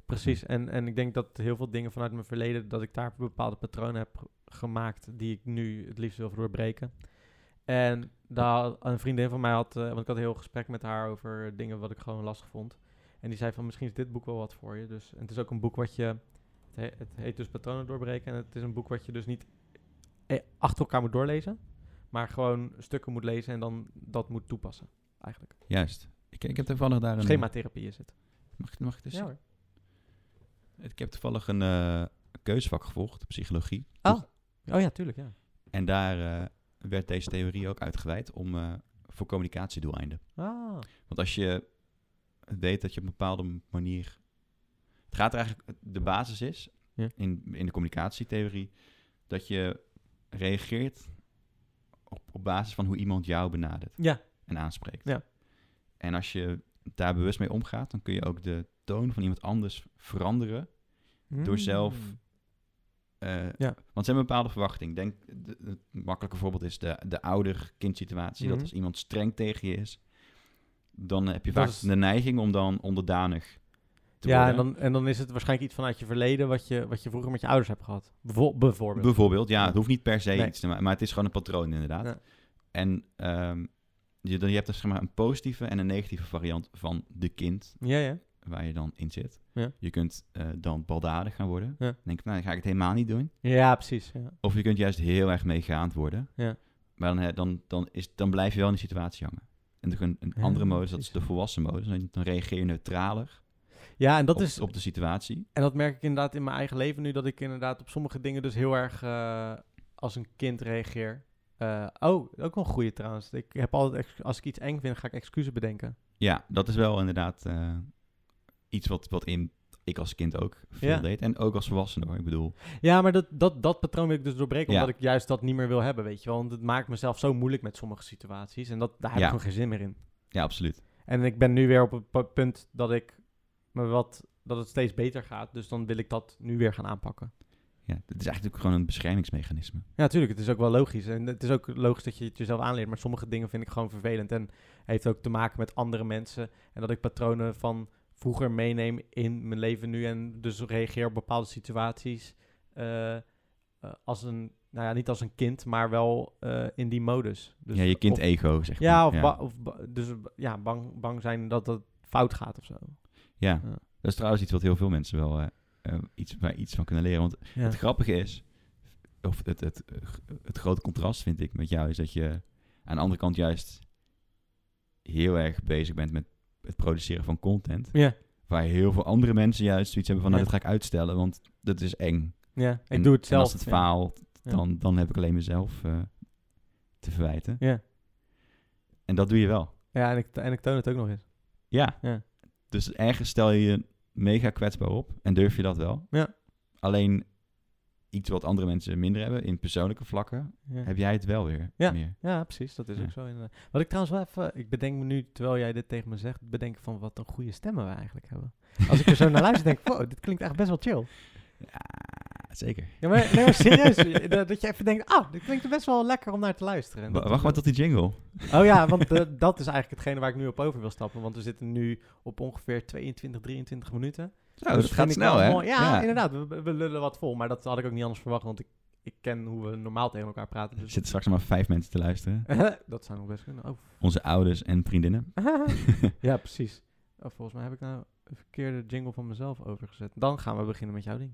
Speaker 1: Precies, en, en ik denk dat heel veel dingen vanuit mijn verleden, dat ik daar bepaalde patronen heb ge- gemaakt die ik nu het liefst wil doorbreken. En daar, had- een vriendin van mij had, eh, want ik had een heel gesprek met haar over dingen wat ik gewoon lastig vond. En die zei van misschien is dit boek wel wat voor je. Dus, en het is ook een boek wat je, het, he- het heet dus Patronen doorbreken. En het is een boek wat je dus niet eh, achter elkaar moet doorlezen, maar gewoon stukken moet lezen en dan dat moet toepassen eigenlijk.
Speaker 2: Juist. Ik, ik heb toevallig daar een...
Speaker 1: Schematherapie is het.
Speaker 2: Mag, ik- mag ik dus
Speaker 1: Ja hoor.
Speaker 2: Ik heb toevallig een eh keusvak gevolgd, psychologie.
Speaker 1: Oh. Oh ja, tuurlijk ja.
Speaker 2: En daar eh, werd deze theorie ook uitgewijd om, eh, voor communicatiedoeleinden.
Speaker 1: Ah.
Speaker 2: Want als je weet dat je op een bepaalde manier... Het gaat er eigenlijk... De basis is,
Speaker 1: Ja.
Speaker 2: in, in de communicatietheorie, dat je reageert op, op basis van hoe iemand jou benadert
Speaker 1: Ja,
Speaker 2: en aanspreekt.
Speaker 1: Ja.
Speaker 2: En als je daar bewust mee omgaat, dan kun je ook de toon van iemand anders veranderen
Speaker 1: Hmm.
Speaker 2: Door zelf- eh,
Speaker 1: Ja.
Speaker 2: Want ze hebben een bepaalde verwachting. Denk, de- het makkelijke voorbeeld is de, de ouder-kind situatie.
Speaker 1: Mhm.
Speaker 2: Dat als iemand streng tegen je is, dan heb je
Speaker 1: Dat
Speaker 2: vaak
Speaker 1: is-
Speaker 2: de neiging om dan onderdanig te
Speaker 1: Ja, en
Speaker 2: worden.
Speaker 1: dan, en dan is het waarschijnlijk iets vanuit je verleden wat je, wat je vroeger met je ouders hebt gehad. Bijvo- bijvoorbeeld.
Speaker 2: Bijvoorbeeld, ja,
Speaker 1: Ja.
Speaker 2: het hoeft niet per se
Speaker 1: Nee.
Speaker 2: iets te maken, maar het is gewoon een patroon inderdaad.
Speaker 1: Ja.
Speaker 2: En ehm, je, dan- je hebt dus zeg maar een positieve en een negatieve variant van de kind
Speaker 1: ja, ja.
Speaker 2: waar je dan in zit.
Speaker 1: Ja.
Speaker 2: Je kunt eh, dan baldadig gaan worden.
Speaker 1: Ja.
Speaker 2: Dan denk ik, nou, dan ga ik het helemaal niet doen.
Speaker 1: Ja, precies. Ja.
Speaker 2: Of je kunt juist heel erg meegaand worden.
Speaker 1: Ja.
Speaker 2: Maar dan, eh, dan, dan, is, dan blijf je wel in de situatie hangen. En dan een, een
Speaker 1: Ja,
Speaker 2: andere modus, dat is
Speaker 1: precies.
Speaker 2: de volwassen modus. Dan, dan reageer je neutraler
Speaker 1: ja, en dat
Speaker 2: op,
Speaker 1: is.
Speaker 2: op de situatie.
Speaker 1: En dat merk ik inderdaad in mijn eigen leven nu, dat ik inderdaad op sommige dingen dus heel erg eh, als een kind reageer. Eh, oh, ook wel een goede trouwens. Ik heb altijd, ex- als ik iets eng vind, ga ik excuses bedenken.
Speaker 2: Ja, dat is wel inderdaad eh, iets wat, wat in, ik als kind ook veel
Speaker 1: Ja.
Speaker 2: deed. En ook als volwassene hoor. Ik bedoel,
Speaker 1: Ja, maar dat, dat, dat patroon wil ik dus doorbreken,
Speaker 2: Ja.
Speaker 1: omdat ik juist dat niet meer wil hebben, weet je wel. Want het maakt mezelf zo moeilijk met sommige situaties en dat, daar heb
Speaker 2: Ja.
Speaker 1: ik gewoon geen zin meer in.
Speaker 2: ja, absoluut.
Speaker 1: En ik ben nu weer op het pu- punt dat ik me wat, dat het steeds beter gaat, dus dan wil ik dat nu weer gaan aanpakken.
Speaker 2: Ja, het is eigenlijk ook gewoon een beschermingsmechanisme.
Speaker 1: Ja, natuurlijk. Het is ook wel logisch. En het is ook logisch dat je het jezelf aanleert. Maar sommige dingen vind ik gewoon vervelend. En heeft ook te maken met andere mensen. En dat ik patronen van vroeger meeneem in mijn leven nu. En dus reageer op bepaalde situaties. eh, eh, als een, nou ja, niet als een kind, maar wel eh, in die modus. Dus
Speaker 2: ja, je kind
Speaker 1: of-
Speaker 2: ego, zeg maar.
Speaker 1: Ja, of, ba- of ba- dus ja, bang, bang zijn dat het fout gaat of zo.
Speaker 2: Ja.
Speaker 1: Ja.
Speaker 2: dat is trouwens iets wat heel veel mensen wel eh, eh, iets, waar iets van kunnen leren. Want
Speaker 1: Ja.
Speaker 2: het grappige is, of het, het, eh, g- het grote contrast vind ik met jou, is dat je aan de andere kant juist heel erg bezig bent met het produceren van content.
Speaker 1: Ja,
Speaker 2: Waar heel veel andere mensen juist zoiets hebben van, nou,
Speaker 1: Ja.
Speaker 2: dat ga ik uitstellen, want dat is eng.
Speaker 1: ja. ik
Speaker 2: En-
Speaker 1: doe het
Speaker 2: en
Speaker 1: zelf.
Speaker 2: als het
Speaker 1: ja.
Speaker 2: faalt,
Speaker 1: Ja.
Speaker 2: dan, dan heb ik alleen mezelf eh, te verwijten.
Speaker 1: Ja.
Speaker 2: En dat doe je wel.
Speaker 1: Ja, en ik, en ik toon het ook nog eens.
Speaker 2: Ja.
Speaker 1: Ja.
Speaker 2: Dus ergens stel je je mega kwetsbaar op en durf je dat wel.
Speaker 1: Ja.
Speaker 2: Alleen iets wat andere mensen minder hebben in persoonlijke vlakken,
Speaker 1: Ja.
Speaker 2: heb jij het wel weer meer.
Speaker 1: Ja, precies. Dat is
Speaker 2: Ja.
Speaker 1: ook zo. Inderdaad. Wat ik trouwens wel even... Ik bedenk me nu, terwijl jij dit tegen me zegt... bedenk ik van wat een goede stemmen we eigenlijk hebben. (laughs) Als ik er zo naar luister, denk ik... (laughs) wow, dit klinkt echt best wel chill.
Speaker 2: Ja, zeker.
Speaker 1: Ja, maar, nee, maar
Speaker 2: (laughs)
Speaker 1: serieus. eh, dat dat je even denkt... ah, dit klinkt best wel lekker om naar te luisteren. En
Speaker 2: Wa-
Speaker 1: dat
Speaker 2: wacht
Speaker 1: is,
Speaker 2: maar tot die jingle.
Speaker 1: eh, Oh ja, want eh, dat is eigenlijk hetgene waar ik nu op over wil stappen. Want we zitten nu op ongeveer 22, 23 minuten.
Speaker 2: Nou,
Speaker 1: Dus
Speaker 2: dat
Speaker 1: vind
Speaker 2: gaat
Speaker 1: ik
Speaker 2: snel,
Speaker 1: wel
Speaker 2: hè?
Speaker 1: mooi. Ja, inderdaad. We, we lullen wat vol. Maar dat had ik ook niet anders verwacht. Want ik, ik ken hoe we normaal tegen elkaar praten.
Speaker 2: Er
Speaker 1: Dus
Speaker 2: zitten straks nog maar vijf mensen te luisteren.
Speaker 1: (laughs) dat zou nog best kunnen. Oh,
Speaker 2: Onze ouders en vriendinnen. (laughs)
Speaker 1: (laughs) ja, precies. Oh, volgens mij heb ik nou een verkeerde jingle van mezelf overgezet. Dan gaan we beginnen met jouw ding.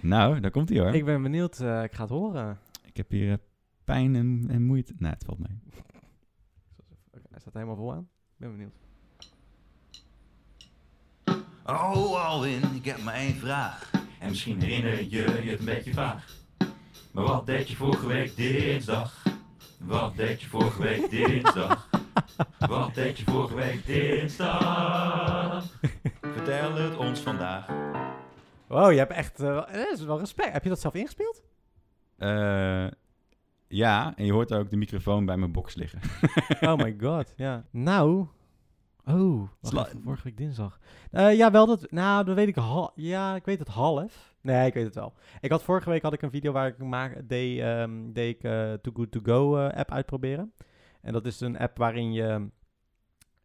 Speaker 2: Nou, daar komt hij hoor. Ik,
Speaker 1: Ik ben benieuwd. eh, ik ga het horen.
Speaker 2: heb hier eh, pijn en, en moeite. Nou, het valt mee.
Speaker 1: Oké, hij staat helemaal vol aan. Ik ben benieuwd.
Speaker 3: Oh, Alwin, ik heb maar één vraag. En misschien herinner je je het een beetje vaag. Maar wat deed je vorige week dinsdag? Wat deed je vorige week dinsdag? Wat deed je vorige week dinsdag? Vertel het ons vandaag.
Speaker 1: Wow, je hebt echt... eh, wel- eh, dat is wel respect. Heb je dat zelf ingespeeld?
Speaker 2: Eh, ja, en je hoort ook de microfoon bij mijn box liggen.
Speaker 1: Oh my god, ja. Nou... Oh, wacht
Speaker 2: Sla-
Speaker 1: even, vorige week dinsdag. Eh, ja, wel dat... Nou, dat weet ik... hal- ja, ik weet het half. Nee, ik weet het wel. Ik had vorige week had ik een video waar ik maak, deed, ehm, deed ik eh Too Good To Go eh, app uitproberen. En dat is een app waarin je...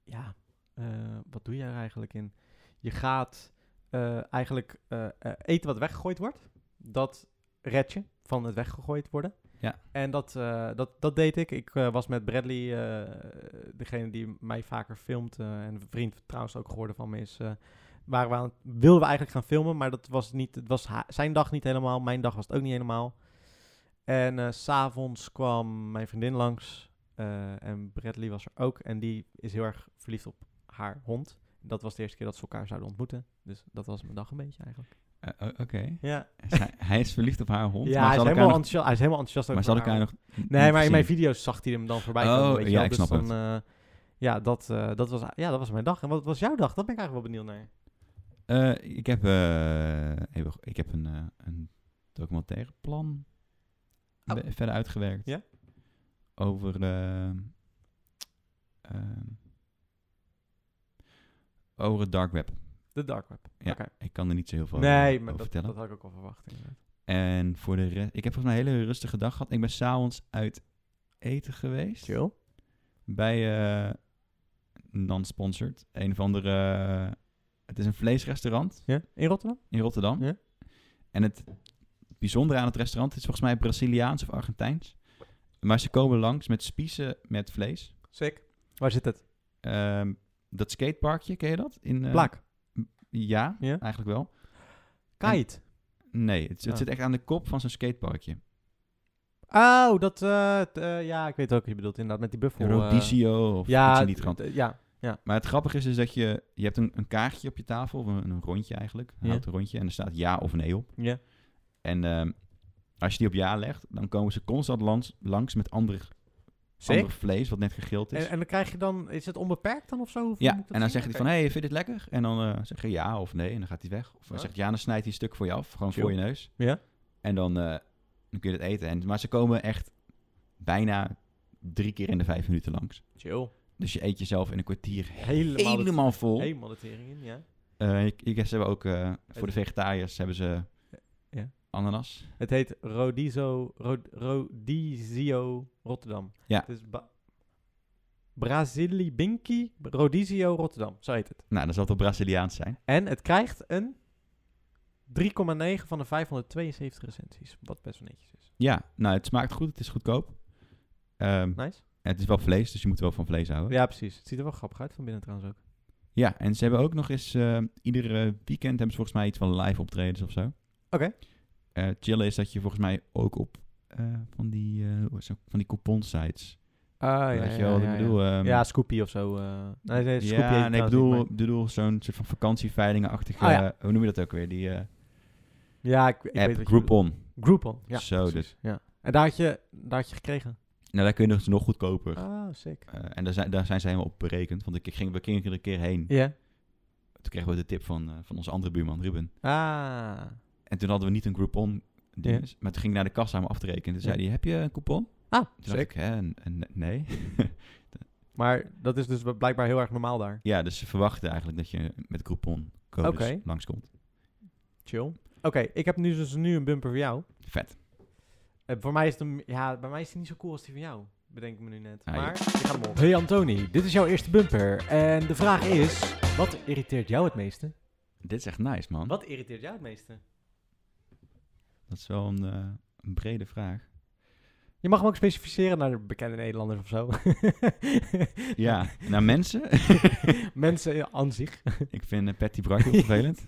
Speaker 1: Ja, eh, wat doe je er eigenlijk in? Je gaat eh, eigenlijk eh, eh, eten wat weggegooid wordt. Dat red je van het weggegooid worden.
Speaker 2: Ja.
Speaker 1: En dat, eh, dat, dat deed ik. Ik eh, was met Bradley, eh, degene die mij vaker filmt eh, en een vriend trouwens ook geworden van me is... eh, waren we aan, het- wilden we eigenlijk gaan filmen, maar dat was niet, het was ha- zijn dag niet helemaal, mijn dag was het ook niet helemaal. En eh, s s'avonds kwam mijn vriendin langs eh, en Bradley was er ook en die is heel erg verliefd op haar hond. Dat was de eerste keer dat ze elkaar zouden ontmoeten, dus dat was mijn dag een beetje eigenlijk.
Speaker 2: Eh, o- Oké.
Speaker 1: Ja,
Speaker 2: Hij- hij is verliefd op haar hond.
Speaker 1: ja hij,
Speaker 2: maar ze
Speaker 1: is
Speaker 2: hadden
Speaker 1: helemaal
Speaker 2: elkaar nog,
Speaker 1: enthousiast, hij is helemaal enthousiast over
Speaker 2: maar ze hadden
Speaker 1: haar
Speaker 2: elkaar
Speaker 1: hond.
Speaker 2: nog.
Speaker 1: Nee, maar in
Speaker 2: gezien.
Speaker 1: mijn video's zag hij hem dan voorbij komen.
Speaker 2: Oh,
Speaker 1: weet je
Speaker 2: ja,
Speaker 1: wel.
Speaker 2: ik
Speaker 1: Dus
Speaker 2: snap
Speaker 1: dan,
Speaker 2: het.
Speaker 1: eh, ja, dat, eh, dat, was, ja, dat was mijn dag. En wat was jouw dag? Dat ben ik eigenlijk wel benieuwd naar.
Speaker 2: Eh, ik heb, eh, even- ik heb een, eh, een documentaire plan
Speaker 1: Oh.
Speaker 2: be- verder uitgewerkt.
Speaker 1: Ja?
Speaker 2: Over. eh, ehm, over het dark web.
Speaker 1: De dark web.
Speaker 2: Ja,
Speaker 1: Oké.
Speaker 2: Ik kan er niet zo heel veel
Speaker 1: Nee,
Speaker 2: over
Speaker 1: maar dat,
Speaker 2: vertellen.
Speaker 1: dat had ik ook al verwacht. inderdaad.
Speaker 2: En voor de rest. Ik heb volgens mij een hele rustige dag gehad. Ik ben s'avonds uit eten geweest.
Speaker 1: Chill.
Speaker 2: bij eh, non-sponsored. Een of andere. eh, het is een vleesrestaurant
Speaker 1: Ja? In Rotterdam?
Speaker 2: in Rotterdam.
Speaker 1: Ja.
Speaker 2: En het bijzondere aan het restaurant is volgens mij Braziliaans of Argentijns. Maar ze komen langs met spiezen met vlees.
Speaker 1: Sick. Waar zit het?
Speaker 2: Ehm, dat skateparkje, ken je dat? In, eh,
Speaker 1: Blaak.
Speaker 2: Ja,
Speaker 1: Ja.
Speaker 2: eigenlijk wel.
Speaker 1: Kite.
Speaker 2: Nee, het, het
Speaker 1: Ah.
Speaker 2: zit echt aan de kop van zo'n skateparkje.
Speaker 1: Oh, dat... eh, t- eh, ja, ik weet ook wat je bedoelt. Inderdaad, met die buffel. eh,
Speaker 2: Rodicio of iets
Speaker 1: ja,
Speaker 2: in die trant.
Speaker 1: d- d- ja,
Speaker 2: Maar het grappige is, is dat je, je hebt een, een kaartje op je tafel, of een, een rondje eigenlijk, een
Speaker 1: Ja.
Speaker 2: houten rondje, en er staat ja of nee op.
Speaker 1: ja.
Speaker 2: En ehm, als je die op ja legt, dan komen ze constant langs, langs met andere, ander
Speaker 1: Zeker.
Speaker 2: vlees, wat net gegrild is.
Speaker 1: En, en dan krijg je dan... Is het onbeperkt dan of zo? Hoe
Speaker 2: ja,
Speaker 1: moet ik dat
Speaker 2: en dan
Speaker 1: zien?
Speaker 2: zegt hij van, hey, vind je dit lekker? En dan eh, zeg je ja of nee, en dan gaat hij weg. Of hij
Speaker 1: Ah.
Speaker 2: zegt ja, dan snijdt hij een stuk voor je af, gewoon voor je
Speaker 1: Chill.
Speaker 2: neus.
Speaker 1: Ja.
Speaker 2: En dan, eh, dan kun je het eten. En, maar ze komen echt bijna drie keer in de vijf minuten langs.
Speaker 1: Chill.
Speaker 2: Dus je eet jezelf in een kwartier
Speaker 1: Helemaal,
Speaker 2: helemaal, vol.
Speaker 1: de, helemaal de tering in, ja.
Speaker 2: Eh, ik, ik, ze hebben ook eh, voor de vegetariërs hebben ze
Speaker 1: Ja.
Speaker 2: ananas.
Speaker 1: Het heet Rodizo, Rod- Rodizio Rotterdam.
Speaker 2: Ja.
Speaker 1: Het is ba- Brazilibinki Rodizio Rotterdam, zo heet het.
Speaker 2: Nou, dat zal toch Braziliaans zijn.
Speaker 1: En het krijgt een 3,9 van de 572 recensies. Wat best wel netjes is.
Speaker 2: Ja, nou, het smaakt goed, het is goedkoop. Ehm,
Speaker 1: Nice.
Speaker 2: Het is wel vlees, dus je moet wel van vlees houden. Ja,
Speaker 1: Ja, precies. Het ziet er wel grappig uit van binnen trouwens ook.
Speaker 2: en ze hebben ook nog eens, ehm iedere weekend hebben ze volgens mij iets van live optredens of zo.
Speaker 1: Oké.
Speaker 2: Eh, het chillen is dat je volgens mij ook op eh, van, die, eh, hoe is het ook, van die coupon sites.
Speaker 1: Ah,
Speaker 2: Weet je wel wat ik bedoel? Ehm,
Speaker 1: ja, Scoopy of zo. eh. nee, nee, Scoopy
Speaker 2: ja,
Speaker 1: heet
Speaker 2: nee, ik
Speaker 1: het trouwens
Speaker 2: bedoel,
Speaker 1: niet, maar-
Speaker 2: ik bedoel zo'n soort van vakantieveilingen-achtige,
Speaker 1: Oh, ja.
Speaker 2: hoe noem je dat ook weer? Die eh
Speaker 1: Ja, ik, ik weet
Speaker 2: app,
Speaker 1: wat je bedoelt.
Speaker 2: Groupon.
Speaker 1: Groupon. Ja,
Speaker 2: Zo,
Speaker 1: precies.
Speaker 2: dus.
Speaker 1: Ja. En daar had je, daar had je gekregen.
Speaker 2: Nou, daar kun je dus nog goedkoper.
Speaker 1: Ah, sick.
Speaker 2: Eh, en daar zijn, daar zijn ze helemaal op berekend. Want ik ging, we gingen er een keer heen.
Speaker 1: Ja.
Speaker 2: Toen kregen we de tip van, eh, van onze andere buurman, Ruben.
Speaker 1: Ah.
Speaker 2: En toen hadden we niet een coupon
Speaker 1: Ja.
Speaker 2: dinges. Maar toen ging ik naar de kassa om af te rekenen. Toen zei hij, heb je een coupon?
Speaker 1: Ah,
Speaker 2: Toen dacht ik, hè, en, en- nee. (laughs)
Speaker 1: Maar dat is dus bl- blijkbaar heel erg normaal daar.
Speaker 2: ja, dus ze verwachten eigenlijk dat je met coupon codes
Speaker 1: Oké.
Speaker 2: langskomt.
Speaker 1: Chill. Oké, ik heb nu dus nu een bumper voor jou.
Speaker 2: Vet.
Speaker 1: Eh, voor mij is het hem- ja, bij mij is die niet zo cool als die van jou. Bedenk ik me nu net.
Speaker 2: Ah, ja.
Speaker 1: maar ik ga hem op. Hey Antoni, dit is jouw eerste bumper. En de vraag is, wat irriteert jou het meeste?
Speaker 2: Dit is echt nice, man.
Speaker 1: Wat irriteert jou het meeste?
Speaker 2: Dat is wel een, eh, een brede vraag. (laughs)
Speaker 1: Je mag hem ook specificeren naar de bekende Nederlanders of zo.
Speaker 2: (laughs) Ja, naar mensen.
Speaker 1: (laughs) Mensen aan zich.
Speaker 2: ik vind eh, Patty Brak heel
Speaker 1: (laughs)
Speaker 2: vervelend. (laughs)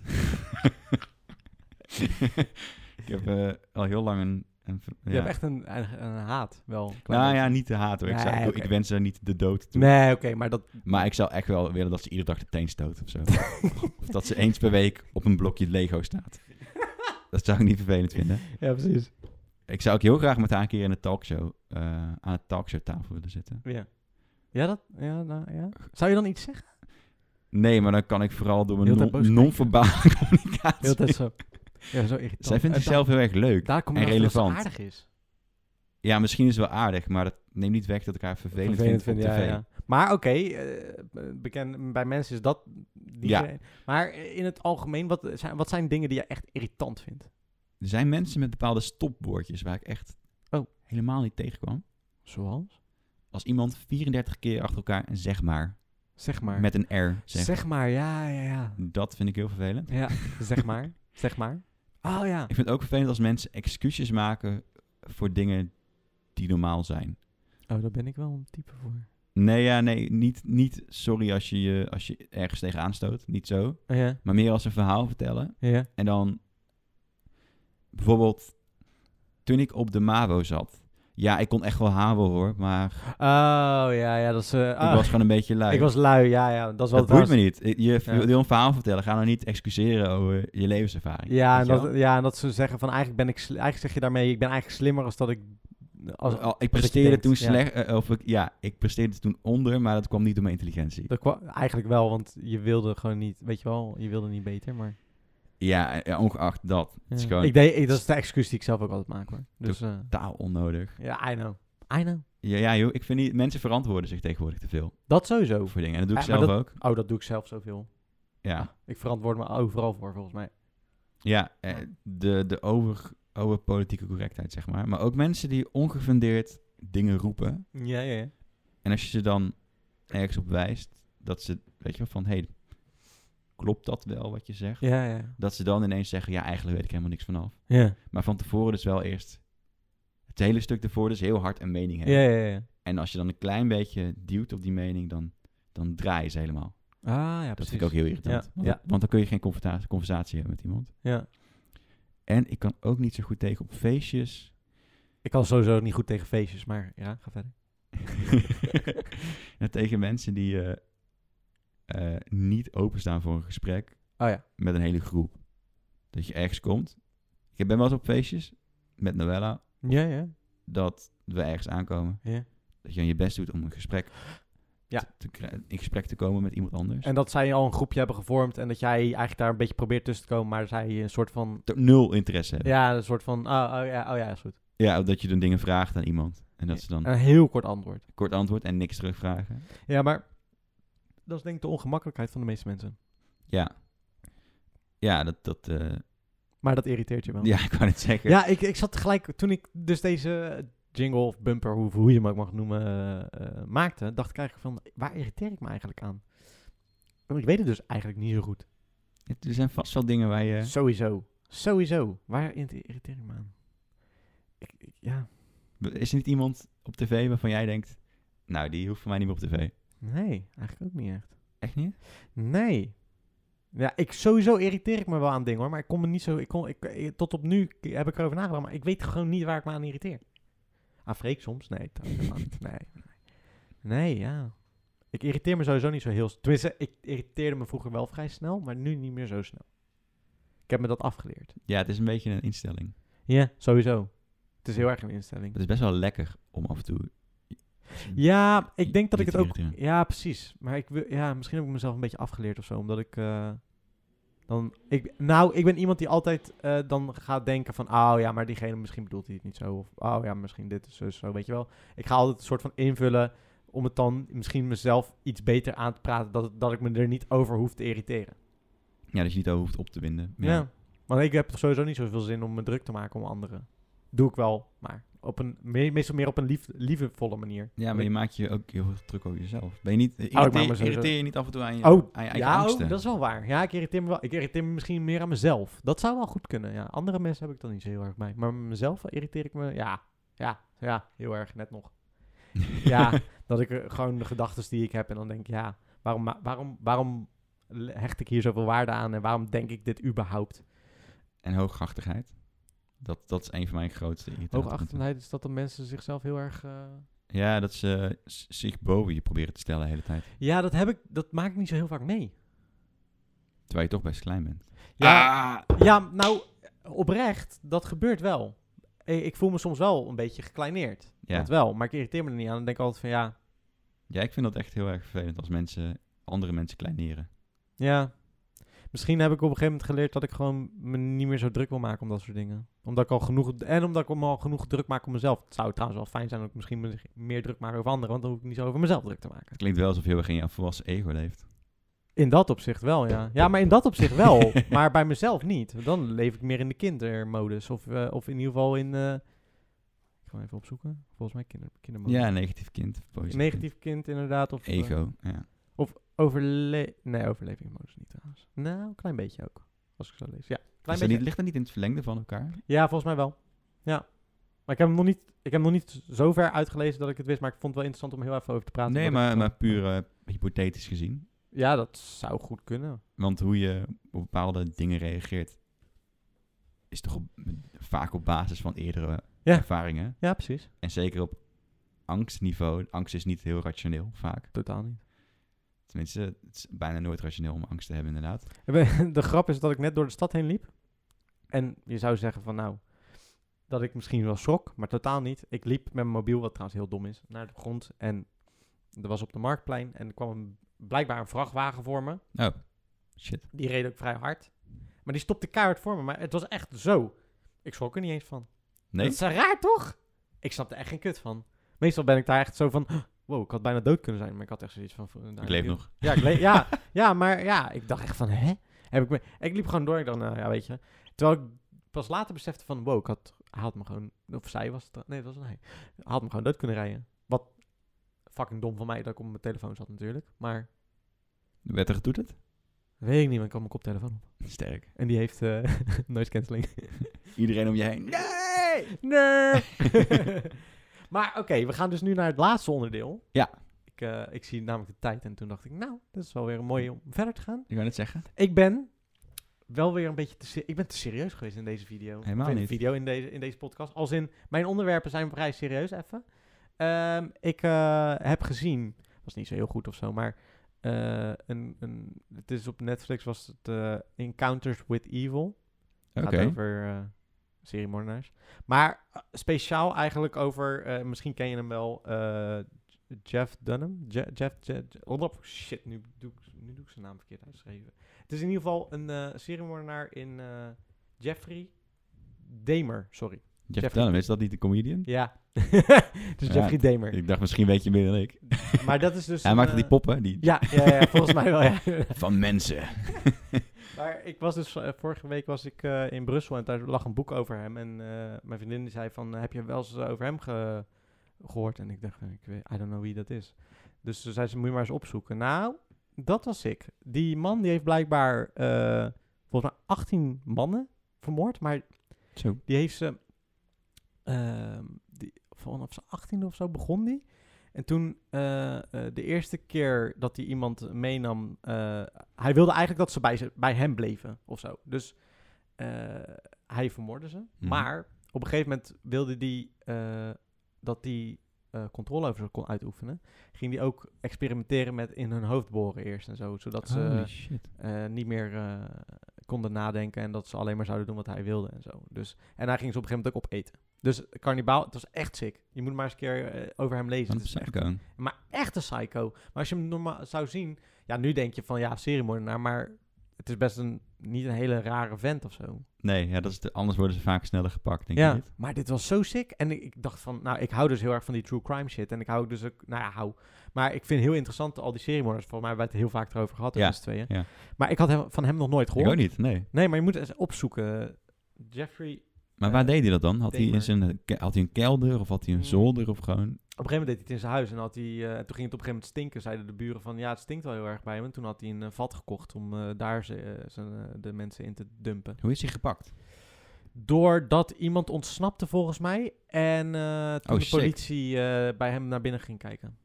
Speaker 2: ik heb eh, al heel lang een... een ver-
Speaker 1: Je hebt echt een, een, een haat wel.
Speaker 2: Nou ja, niet te haten. hoor. Ik, zou-
Speaker 1: Nee,
Speaker 2: ik- ik
Speaker 1: oké.
Speaker 2: wens haar niet de dood toe.
Speaker 1: Nee, oké, maar dat...
Speaker 2: Maar ik zou echt wel willen dat ze iedere dag de teen stoot
Speaker 1: (laughs)
Speaker 2: of zo. of dat ze eens per week op een blokje Lego staat. Dat zou ik niet vervelend vinden.
Speaker 1: Ja, precies.
Speaker 2: Ik zou ook heel graag met haar een keer in een talkshow, eh, aan het talkshowtafel willen zitten.
Speaker 1: Ja. Ja, dat... Ja, nou, ja. Zou je dan iets zeggen?
Speaker 2: Nee, maar dan kan ik vooral door
Speaker 1: Heel
Speaker 2: mijn
Speaker 1: de tijd
Speaker 2: non-
Speaker 1: boos
Speaker 2: non-verbale (laughs)
Speaker 1: Heel
Speaker 2: communicatie.
Speaker 1: tijd zo. (laughs) Ja, zo irritant.
Speaker 2: Zij vindt
Speaker 1: En da-
Speaker 2: zichzelf heel erg leuk.
Speaker 1: Daar kom je
Speaker 2: en
Speaker 1: achter dat ze
Speaker 2: relevant.
Speaker 1: aardig is.
Speaker 2: Ja, misschien is het wel aardig, maar dat neemt niet weg dat ik haar vervelend, vind op
Speaker 1: ja,
Speaker 2: tv.
Speaker 1: ja. Maar oké, eh, bekend bij mensen is dat diegene. Maar in het algemeen, wat zijn, wat zijn dingen die je echt irritant vindt?
Speaker 2: Er zijn mensen met bepaalde stopwoordjes waar ik echt
Speaker 1: Oh.
Speaker 2: helemaal niet tegenkwam.
Speaker 1: Zoals?
Speaker 2: Als iemand 34 keer achter elkaar een zeg maar,
Speaker 1: Zeg maar.
Speaker 2: met een R zegt.
Speaker 1: zeg. maar, ja, ja, ja.
Speaker 2: Dat vind ik heel vervelend.
Speaker 1: Ja,
Speaker 2: (laughs)
Speaker 1: zeg maar. Zeg maar. Oh ja.
Speaker 2: Ik vind het ook vervelend als mensen excuses maken voor dingen die normaal zijn.
Speaker 1: Oh, daar ben ik wel een type voor.
Speaker 2: Nee, ja, nee, niet, niet sorry als je, je, als je ergens tegenaan stoot, niet zo.
Speaker 1: Oh, Ja,
Speaker 2: Maar meer als een verhaal vertellen.
Speaker 1: ja.
Speaker 2: En dan, bijvoorbeeld, toen ik op de MAVO zat. Ja, ik kon echt wel HAVO hoor, maar
Speaker 1: Oh ja, ja, dat is... eh, ah,
Speaker 2: ik was gewoon een beetje lui.
Speaker 1: ik was lui, ja, ja. Dat is wel
Speaker 2: dat boeit me
Speaker 1: trouwens-
Speaker 2: niet. Ik- Je
Speaker 1: Ja.
Speaker 2: wil een verhaal vertellen, ga nou niet excuseren over je levenservaring.
Speaker 1: Ja, en
Speaker 2: Weet je wel?
Speaker 1: dat, ja, en dat ze zeggen van eigenlijk ben ik... sli- Eigenlijk zeg je daarmee, ik ben eigenlijk slimmer als dat ik... Als,
Speaker 2: Al- ik
Speaker 1: je
Speaker 2: presteerde
Speaker 1: denkt,
Speaker 2: toen
Speaker 1: ja.
Speaker 2: slecht, eh, of ik, ja, ik presteerde toen onder, maar dat kwam niet door mijn intelligentie.
Speaker 1: Dat kwa- eigenlijk wel, want je wilde gewoon niet, weet je wel, je wilde niet beter, maar...
Speaker 2: Ja, eh, ongeacht dat. Het is
Speaker 1: Ja.
Speaker 2: gewoon
Speaker 1: ik deed, ik- dat is de excuus die ik zelf ook altijd maak, hoor. Dus, eh,
Speaker 2: totaal onnodig.
Speaker 1: ja, I know. I know.
Speaker 2: Ja, ja, joh, ik vind niet, mensen verantwoorden zich tegenwoordig te veel
Speaker 1: Dat sowieso.
Speaker 2: voor dingen. En dat doe ik
Speaker 1: Eh, maar
Speaker 2: zelf ook.
Speaker 1: Oh, dat doe ik zelf zoveel.
Speaker 2: Ja,
Speaker 1: Ik verantwoord me overal voor, volgens mij.
Speaker 2: ja eh, de, de over, over politieke correctheid, zeg maar. Maar ook mensen die ongefundeerd dingen roepen.
Speaker 1: Ja, ja, ja.
Speaker 2: En als je ze dan ergens op wijst, dat ze, weet je wel, van hé, hey, klopt dat wel wat je zegt?
Speaker 1: Ja, ja.
Speaker 2: Dat ze dan ineens zeggen, ja, eigenlijk weet ik helemaal niks vanaf.
Speaker 1: Ja,
Speaker 2: Maar van tevoren dus wel eerst het hele stuk ervoor dus heel hard een mening
Speaker 1: ja,
Speaker 2: hebben.
Speaker 1: ja. ja.
Speaker 2: En als je dan een klein beetje duwt op die mening, dan, dan draai je ze helemaal.
Speaker 1: Ah, ja,
Speaker 2: Dat
Speaker 1: precies.
Speaker 2: vind ik ook heel irritant.
Speaker 1: Ja,
Speaker 2: Want,
Speaker 1: ja.
Speaker 2: dat- want dan kun je geen conversatie, conversatie hebben met iemand.
Speaker 1: Ja.
Speaker 2: En ik kan ook niet zo goed tegen op
Speaker 1: (laughs)
Speaker 2: feestjes.
Speaker 1: Ik kan sowieso niet goed tegen feestjes, maar ja, ga verder.
Speaker 2: en tegen mensen die eh, eh, niet openstaan voor een gesprek
Speaker 1: Oh ja.
Speaker 2: met een hele groep. Dat je ergens komt. Ik ben wel eens op feestjes met Noella
Speaker 1: Ja, ja.
Speaker 2: dat we ergens aankomen.
Speaker 1: ja.
Speaker 2: Dat je aan je best doet om een gesprek
Speaker 1: Ja.
Speaker 2: te, te kri- in gesprek te komen met iemand anders.
Speaker 1: En dat zij al een groepje hebben gevormd en dat jij eigenlijk daar een beetje probeert tussen te komen, maar zij een soort van...
Speaker 2: Ter- Nul interesse hebben.
Speaker 1: Ja, een soort van, oh, oh ja, oh ja, is goed.
Speaker 2: Ja, dat je dan dingen vraagt aan iemand. En dat ze dan
Speaker 1: Een heel kort antwoord.
Speaker 2: kort antwoord en niks terugvragen.
Speaker 1: Ja, maar dat is denk ik de ongemakkelijkheid van de meeste mensen.
Speaker 2: Ja. Ja, dat... dat eh,
Speaker 1: Maar dat irriteert je wel.
Speaker 2: (laughs) ja, ik kan het zeggen.
Speaker 1: Ja, ik, ik zat gelijk, toen ik dus deze jingle of bumper, hoe, hoe je hem ook mag noemen, eh, eh, maakte, dacht ik eigenlijk van, waar irriteer ik me eigenlijk aan? Want ik weet het dus eigenlijk niet zo goed.
Speaker 2: Het- Er zijn vast wel dingen waar je...
Speaker 1: Sowieso. Sowieso. Waar irrite- irriteer ik me aan? Ik, ik- ja,
Speaker 2: Is er niet iemand op tv waarvan jij denkt... Nou, die hoeft voor mij niet meer op tv.
Speaker 1: nee, eigenlijk ook niet echt.
Speaker 2: Echt niet?
Speaker 1: Nee. Ja, ik sowieso irriteer ik me wel aan dingen hoor, maar ik kom me niet zo, ik kom, ik, ik- tot op nu k- heb ik erover nagedacht, maar ik weet gewoon niet waar ik me aan irriteer. Aan Freek soms? Nee, trouwens helemaal niet. nee. Nee, ja. Ik irriteer me sowieso niet zo heel... s- Tenminste, ik irriteerde me vroeger wel vrij snel, maar nu niet meer zo snel. Ik heb me dat afgeleerd.
Speaker 2: Ja, het is een beetje een instelling.
Speaker 1: Ja, sowieso. Het is heel erg een instelling.
Speaker 2: Het is best wel lekker om af en toe...
Speaker 1: Ja, ik
Speaker 2: Je-
Speaker 1: denk dat
Speaker 2: je
Speaker 1: ik het
Speaker 2: te
Speaker 1: ook.
Speaker 2: irriteren.
Speaker 1: Ja, precies. Maar ik wil, ja, misschien heb ik mezelf een beetje afgeleerd of zo, omdat ik eh, dan, ik, nou, ik ben iemand die altijd eh, dan gaat denken van, oh ja, maar diegene misschien bedoelt hij het niet zo, of oh ja, misschien dit is zo, zo, weet je wel. Ik ga altijd een soort van invullen om het dan misschien mezelf iets beter aan te praten, dat, het- dat ik me er niet over hoef te irriteren.
Speaker 2: Ja, dat je niet over hoeft op te winden.
Speaker 1: Ja. Want ik heb sowieso niet zoveel zin om me druk te maken om anderen. Doe ik wel, maar op een, me- meestal meer op een lief, liefdevolle manier.
Speaker 2: Ja, maar
Speaker 1: Ik-
Speaker 2: je maakt je ook heel erg druk over jezelf. Ben je niet...
Speaker 1: maak me
Speaker 2: Irriteer,
Speaker 1: sowieso-
Speaker 2: irriteer je niet af en toe aan je,
Speaker 1: Oh,
Speaker 2: aan je eigen
Speaker 1: ja,
Speaker 2: angsten?
Speaker 1: oh,
Speaker 2: (laughs)
Speaker 1: dat is wel waar. Ja, ik irriteer me wel. Ik irriteer me misschien meer aan mezelf. Dat zou wel goed kunnen. Ja, andere mensen heb ik dan niet zo heel erg bij. Maar mezelf irriteer ik me. Ja, ja, ja, heel erg. Net nog. (laughs) Ja, dat ik eh, gewoon de gedachten die ik heb en dan denk ik, ja, waarom, ma- waarom, waarom le- hecht ik hier zoveel waarde aan en waarom denk ik dit überhaupt?
Speaker 2: En hoogachtigheid. Dat, dat is een van mijn grootste irritaties.
Speaker 1: Hoogachterheid is dat de mensen zichzelf heel erg. eh,
Speaker 2: Ja, dat ze eh, z- zich boven je proberen te stellen de hele tijd.
Speaker 1: Ja, dat heb ik. Dat maak ik niet zo heel vaak mee.
Speaker 2: Terwijl je toch best klein bent.
Speaker 1: Ja,
Speaker 2: Ah!
Speaker 1: Ja, nou, oprecht, dat gebeurt wel. I- Ik voel me soms wel een beetje gekleineerd.
Speaker 2: Ja.
Speaker 1: Dat wel, maar ik irriteer me er niet aan. Dan denk ik altijd van ja,
Speaker 2: ja, ik vind dat echt heel erg vervelend als mensen andere mensen kleineren.
Speaker 1: ja. Misschien heb ik op een gegeven moment geleerd dat ik gewoon me niet meer zo druk wil maken om dat soort dingen. Omdat ik al genoeg, en omdat ik me al genoeg druk maak om mezelf. Het zou trouwens wel fijn zijn dat ik misschien me meer druk maak over anderen, want dan hoef ik niet zo over mezelf druk te maken.
Speaker 2: Het klinkt wel alsof je heel erg in je volwassen ego leeft.
Speaker 1: In dat opzicht wel, ja. Ja, maar in dat opzicht
Speaker 2: (laughs)
Speaker 1: wel. maar bij mezelf niet. Dan leef ik meer in de kindermodus. Of, eh, of in ieder geval in... eh, ik ga hem even opzoeken. Volgens mij kinder, kindermodus.
Speaker 2: Ja, een negatief kind. Positief
Speaker 1: Negatief kind inderdaad. Of, eh,
Speaker 2: kind. Ego, ja.
Speaker 1: overle nee, overlevingsmodus niet trouwens. Nou, een klein beetje ook. Als ik zo lees. Ja, klein
Speaker 2: Is dat
Speaker 1: beetje.
Speaker 2: niet, ligt dat niet in het verlengde van elkaar?
Speaker 1: Ja, volgens mij wel. Ja. Maar ik heb hem nog niet, ik heb hem nog niet zo ver uitgelezen dat ik het wist. Maar ik vond het wel interessant om heel even over te praten.
Speaker 2: nee,
Speaker 1: omdat ik
Speaker 2: maar,
Speaker 1: het
Speaker 2: maar
Speaker 1: gewoon-
Speaker 2: puur eh, hypothetisch gezien.
Speaker 1: Ja, dat zou goed kunnen.
Speaker 2: Want hoe je op bepaalde dingen reageert, is toch op- vaak op basis van eerdere
Speaker 1: Ja.
Speaker 2: ervaringen.
Speaker 1: Ja, precies.
Speaker 2: En zeker op angstniveau. Angst is niet heel rationeel, vaak.
Speaker 1: Totaal niet.
Speaker 2: Tenminste, het is bijna nooit rationeel om angst te hebben, inderdaad.
Speaker 1: (laughs) De grap is dat ik net door de stad heen liep. En je zou zeggen van nou, dat ik misschien wel schrok, maar totaal niet. Ik liep met mijn mobiel, wat trouwens heel dom is, naar de grond. En er was op de Marktplein en er kwam een, blijkbaar een vrachtwagen voor me.
Speaker 2: Oh, shit.
Speaker 1: Die reed ook vrij hard. Maar die stopte keihard voor me, maar het was echt zo. Ik schrok er niet eens van.
Speaker 2: Nee,
Speaker 1: Dat is raar toch? Ik snapte echt geen kut van. Meestal ben ik daar echt zo van, wow, ik had bijna dood kunnen zijn. Maar ik had echt zoiets van... nou,
Speaker 2: ik leef nog.
Speaker 1: ja, ik le- ja,
Speaker 2: (laughs)
Speaker 1: ja, maar ja, ik dacht echt van, hè? Heb ik, me ik liep gewoon door, ik dacht, nou ja, weet je. Terwijl ik pas later besefte van, wow, ik had, hij had me gewoon, of zij was het, nee, het was een hij. Hij had me gewoon dood kunnen rijden. Wat fucking dom van mij dat ik op mijn telefoon zat natuurlijk. Maar,
Speaker 2: Werd er getoeterd?
Speaker 1: weet ik niet, maar ik had mijn koptelefoon op.
Speaker 2: Sterk.
Speaker 1: En die heeft eh (laughs) noise cancelling.
Speaker 2: Iedereen om je heen.
Speaker 1: (laughs) Nee! Nee! maar oké, we gaan dus nu naar het laatste onderdeel.
Speaker 2: Ja.
Speaker 1: Ik, eh, ik zie namelijk de tijd en toen dacht ik, nou, dat is wel weer een mooie om verder te gaan.
Speaker 2: Ik wou net zeggen.
Speaker 1: Ik ben wel weer een beetje te, se- ik ben te serieus geweest in deze video.
Speaker 2: Helemaal
Speaker 1: Of in de
Speaker 2: niet.
Speaker 1: video in deze, in deze podcast. Als in, mijn onderwerpen zijn vrij serieus even. Ehm, ik eh, heb gezien, was niet zo heel goed of zo, maar eh, een, een, het is op Netflix, was het eh, Encounters with Evil.
Speaker 2: Oké.
Speaker 1: Gaat over eh seriemoordenaars. Maar eh, speciaal eigenlijk over, eh, misschien ken je hem wel, eh, J- Jeff Dunham. Je- Jeff, Je- Je- oh, shit, nu doe, ik, nu doe ik zijn naam verkeerd uitschrijven. Het is in ieder geval een eh seriemoordenaar in eh, Jeffrey Dahmer, sorry.
Speaker 2: Jeff
Speaker 1: Jeff-
Speaker 2: Dunham, is dat niet de comedian?
Speaker 1: Ja, (laughs) het is
Speaker 2: Ja,
Speaker 1: Jeffrey
Speaker 2: (laughs)
Speaker 1: Dahmer.
Speaker 2: Ik dacht, misschien weet je meer dan ik.
Speaker 1: Maar dat is dus...
Speaker 2: Hij
Speaker 1: een,
Speaker 2: maakte die
Speaker 1: eh,
Speaker 2: poppen, die...
Speaker 1: Ja, ja, ja, volgens mij wel, ja.
Speaker 2: (laughs) Van mensen.
Speaker 1: Maar ik was dus, eh, vorige week was ik eh, in Brussel en daar lag een boek over hem. En eh, mijn vriendin die zei van, heb je wel eens eh, over hem ge- gehoord? En ik dacht, eh, ik weet, I don't know wie dat is. Dus toen zei ze, moet je maar eens opzoeken. Nou, dat was ik. Die man die heeft blijkbaar, eh, volgens mij 18 mannen vermoord. Maar
Speaker 2: Zo.
Speaker 1: die heeft ze. ehm, die, vanaf zijn 18e of zo begon die. En toen eh, eh, de eerste keer dat hij iemand meenam. eh, hij wilde eigenlijk dat ze bij, ze, bij hem bleven of zo. Dus eh, hij vermoordde ze.
Speaker 2: Mhm.
Speaker 1: Maar op een gegeven moment wilde hij dat hij controle over ze kon uitoefenen. Ging hij ook experimenteren met in hun hoofd boren eerst en zo. Zodat ze
Speaker 2: Holy shit.
Speaker 1: eh, niet meer eh, konden nadenken en dat ze alleen maar zouden doen wat hij wilde en zo. Dus, en hij ging ze op een gegeven moment ook opeten. Dus Carnibaal, het was echt sick. Je moet maar eens een keer eh, over hem lezen.
Speaker 2: Wat
Speaker 1: Het
Speaker 2: een
Speaker 1: is echt,
Speaker 2: psycho.
Speaker 1: maar echt een psycho. Maar als je hem normaal zou zien, ja, nu denk je van ja, seriemoordenaar, maar het is best een, niet een hele rare vent of zo.
Speaker 2: Nee, ja, dat is de, anders worden ze vaak sneller gepakt, denk
Speaker 1: ja,
Speaker 2: je niet?
Speaker 1: maar dit was zo sick. En ik, ik dacht van, nou, ik hou dus heel erg van die true crime shit. En ik hou dus ook, nou ja, hou. Maar ik vind heel interessant al die seriemoorders. Volgens mij hebben wij het heel vaak erover gehad,
Speaker 2: Ja,
Speaker 1: ja, tweeën.
Speaker 2: ja.
Speaker 1: Maar ik had hem, van hem nog nooit
Speaker 2: Ik
Speaker 1: gehoord.
Speaker 2: ook niet, nee.
Speaker 1: Nee, maar je moet eens opzoeken. Jeffrey.
Speaker 2: Maar
Speaker 1: Eh,
Speaker 2: waar deed hij dat dan? Had hij, in
Speaker 1: Tamer.
Speaker 2: zijn, ke- had hij een kelder of had hij een
Speaker 1: Hmm.
Speaker 2: zolder of gewoon...
Speaker 1: Op een gegeven moment deed hij het in zijn huis en had hij, eh, toen ging het op een gegeven moment stinken. Zeiden de buren van ja, het stinkt wel heel erg bij hem. En toen had hij een eh, vat gekocht om eh, daar ze, eh, zijn, eh, de mensen in te dumpen.
Speaker 2: Hoe is hij gepakt?
Speaker 1: Doordat iemand ontsnapte volgens mij. En eh, toen
Speaker 2: Oh,
Speaker 1: de
Speaker 2: sick.
Speaker 1: politie eh, bij hem naar binnen ging kijken.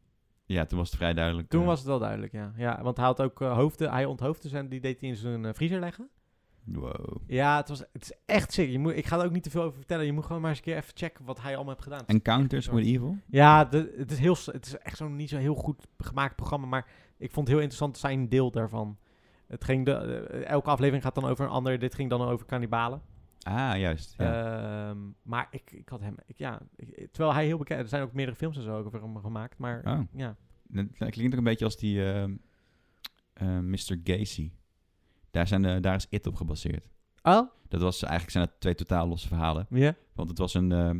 Speaker 2: Ja, toen was het vrij duidelijk.
Speaker 1: Toen
Speaker 2: eh,
Speaker 1: was het wel duidelijk, ja. ja want hij had ook eh, hoofden, hij onthoofde ze en die deed hij in zijn eh, vriezer leggen.
Speaker 2: Wow.
Speaker 1: Ja, het, was, het is echt sick. Je moet, ik ga er ook niet te veel over vertellen. Je moet gewoon maar eens een keer even checken wat hij allemaal heeft gedaan. Het is
Speaker 2: Encounters with Evil?
Speaker 1: Ja, de, het, is heel, s- het is echt zo'n niet zo heel goed gemaakt programma, maar ik vond het heel interessant zijn deel daarvan. Het ging de, eh, elke aflevering gaat dan over een ander, dit ging dan over kannibalen.
Speaker 2: Ah, juist. Ja.
Speaker 1: Ehm, maar ik, ik had hem, ik, ja, ik- terwijl hij heel bekend, er zijn ook meerdere films en zo ook over hem gemaakt, maar
Speaker 2: Oh.
Speaker 1: ja.
Speaker 2: Dat klinkt ook een beetje als die ehm, eh, Mr. Gacy. Daar, zijn de, daar is It op gebaseerd.
Speaker 1: Oh?
Speaker 2: Dat was, eigenlijk zijn het twee totaal losse verhalen.
Speaker 1: Ja.
Speaker 2: Want het was een... ehm,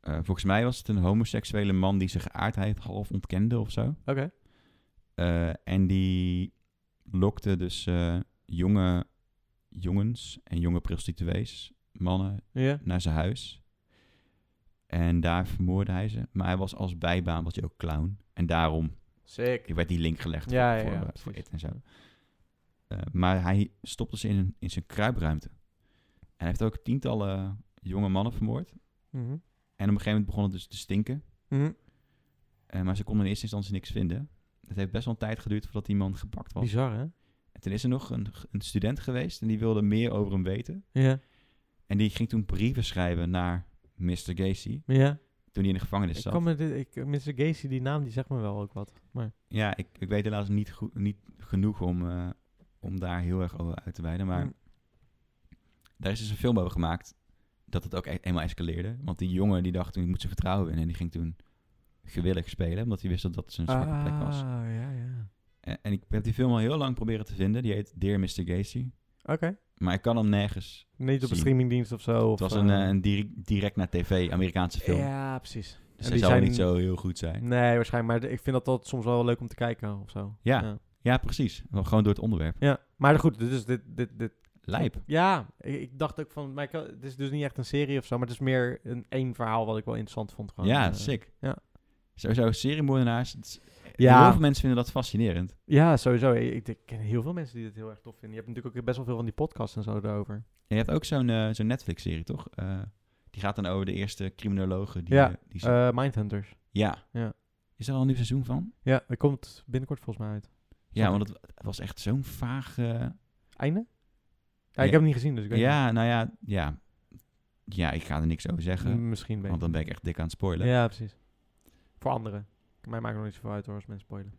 Speaker 2: eh, volgens mij was het een homoseksuele man die zijn geaardheid half ontkende of zo.
Speaker 1: Oké.
Speaker 2: Eh, en die lokte dus eh, jonge jongens en jonge prostituees, mannen,
Speaker 1: Ja.
Speaker 2: naar zijn huis. En daar vermoordde hij ze. Maar hij was als bijbaan, was hij ook clown. En daarom
Speaker 1: Sick.
Speaker 2: werd die link gelegd
Speaker 1: Ja, ja,
Speaker 2: voor,
Speaker 1: ja,
Speaker 2: voor,
Speaker 1: precies.
Speaker 2: voor It en zo. Eh, maar hij stopte ze in, een- in zijn kruipruimte. En hij heeft ook tientallen jonge mannen vermoord.
Speaker 1: Mhm.
Speaker 2: En op een gegeven moment begon het dus te stinken.
Speaker 1: Mhm.
Speaker 2: Eh, maar ze konden in eerste instantie niks vinden. Het heeft best wel een tijd geduurd voordat die man gepakt was.
Speaker 1: Bizar, hè?
Speaker 2: En toen is er nog een, een student geweest en die wilde meer over hem weten.
Speaker 1: Ja.
Speaker 2: En die ging toen brieven schrijven naar Mr. Gacy,
Speaker 1: Ja.
Speaker 2: toen hij in de gevangenis
Speaker 1: Ik
Speaker 2: zat.
Speaker 1: kan me dit, ik, Mr. Gacy, die naam, die zegt me wel ook wat. Maar,
Speaker 2: Ja, ik, ik weet helaas niet, goed, niet genoeg om, eh, om daar heel erg over uit te wijden. Maar
Speaker 1: Mm.
Speaker 2: daar is dus een film over gemaakt dat het ook e- eenmaal escaleerde. Want die jongen die dacht toen, ik moet ze vertrouwen winnen. En die ging toen gewillig spelen, omdat hij wist dat dat zijn zwakke plek was.
Speaker 1: Ah, ja, ja.
Speaker 2: En, en ik heb die film al heel lang proberen te vinden. Die heet Dear Mr. Gacy.
Speaker 1: Oké.
Speaker 2: Maar ik kan hem nergens
Speaker 1: Niet op
Speaker 2: Zie.
Speaker 1: een streamingdienst of zo. Of
Speaker 2: Het was een,
Speaker 1: eh,
Speaker 2: eh, een diri- direct naar tv Amerikaanse film.
Speaker 1: Ja, precies.
Speaker 2: dus
Speaker 1: en
Speaker 2: hij
Speaker 1: die
Speaker 2: zou
Speaker 1: zijn-
Speaker 2: niet zo heel goed zijn.
Speaker 1: Nee, waarschijnlijk. Maar ik vind dat dat soms wel leuk om te kijken of zo.
Speaker 2: Ja.
Speaker 1: Ja,
Speaker 2: Ja, precies. Wel Gewoon door het onderwerp.
Speaker 1: Ja. maar goed, dit is dit, dit, dit.
Speaker 2: Lijp.
Speaker 1: Ja, ik, ik dacht ook van, maar ik- het is dus niet echt een serie of zo, maar het is meer een één verhaal wat ik wel interessant vond. Gewoon.
Speaker 2: ja,
Speaker 1: Eh,
Speaker 2: sick.
Speaker 1: ja.
Speaker 2: Sowieso seriemoordenaars. het is-
Speaker 1: Ja.
Speaker 2: Heel veel mensen vinden dat fascinerend.
Speaker 1: Ja, sowieso. Ik, ik- ik ken heel veel mensen die dit heel erg tof vinden. Je hebt natuurlijk ook best wel veel van die podcasts en zo daarover.
Speaker 2: En je hebt ook zo'n eh, zo'n Netflix-serie, toch? Eh, die gaat dan over de eerste criminologen die...
Speaker 1: Ja,
Speaker 2: eh, die
Speaker 1: Eh, Mindhunters.
Speaker 2: ja.
Speaker 1: ja.
Speaker 2: Is er al een nieuw seizoen van?
Speaker 1: Ja, dat komt binnenkort volgens mij uit.
Speaker 2: Ja, want het, het was echt zo'n vaag... eh,
Speaker 1: Einde? Ja,
Speaker 2: Ja.
Speaker 1: ik heb hem niet gezien, dus ik weet
Speaker 2: ja, nou ja, ja. Ja, ik ga er niks over
Speaker 1: niet.
Speaker 2: zeggen,
Speaker 1: Mm, Misschien ben
Speaker 2: want
Speaker 1: ik.
Speaker 2: dan ben ik echt dik aan het spoilen. Ja.
Speaker 1: Ja, precies. Voor anderen. Mij maakt het nog niet zoveel uit hoor, als mensen spoilen.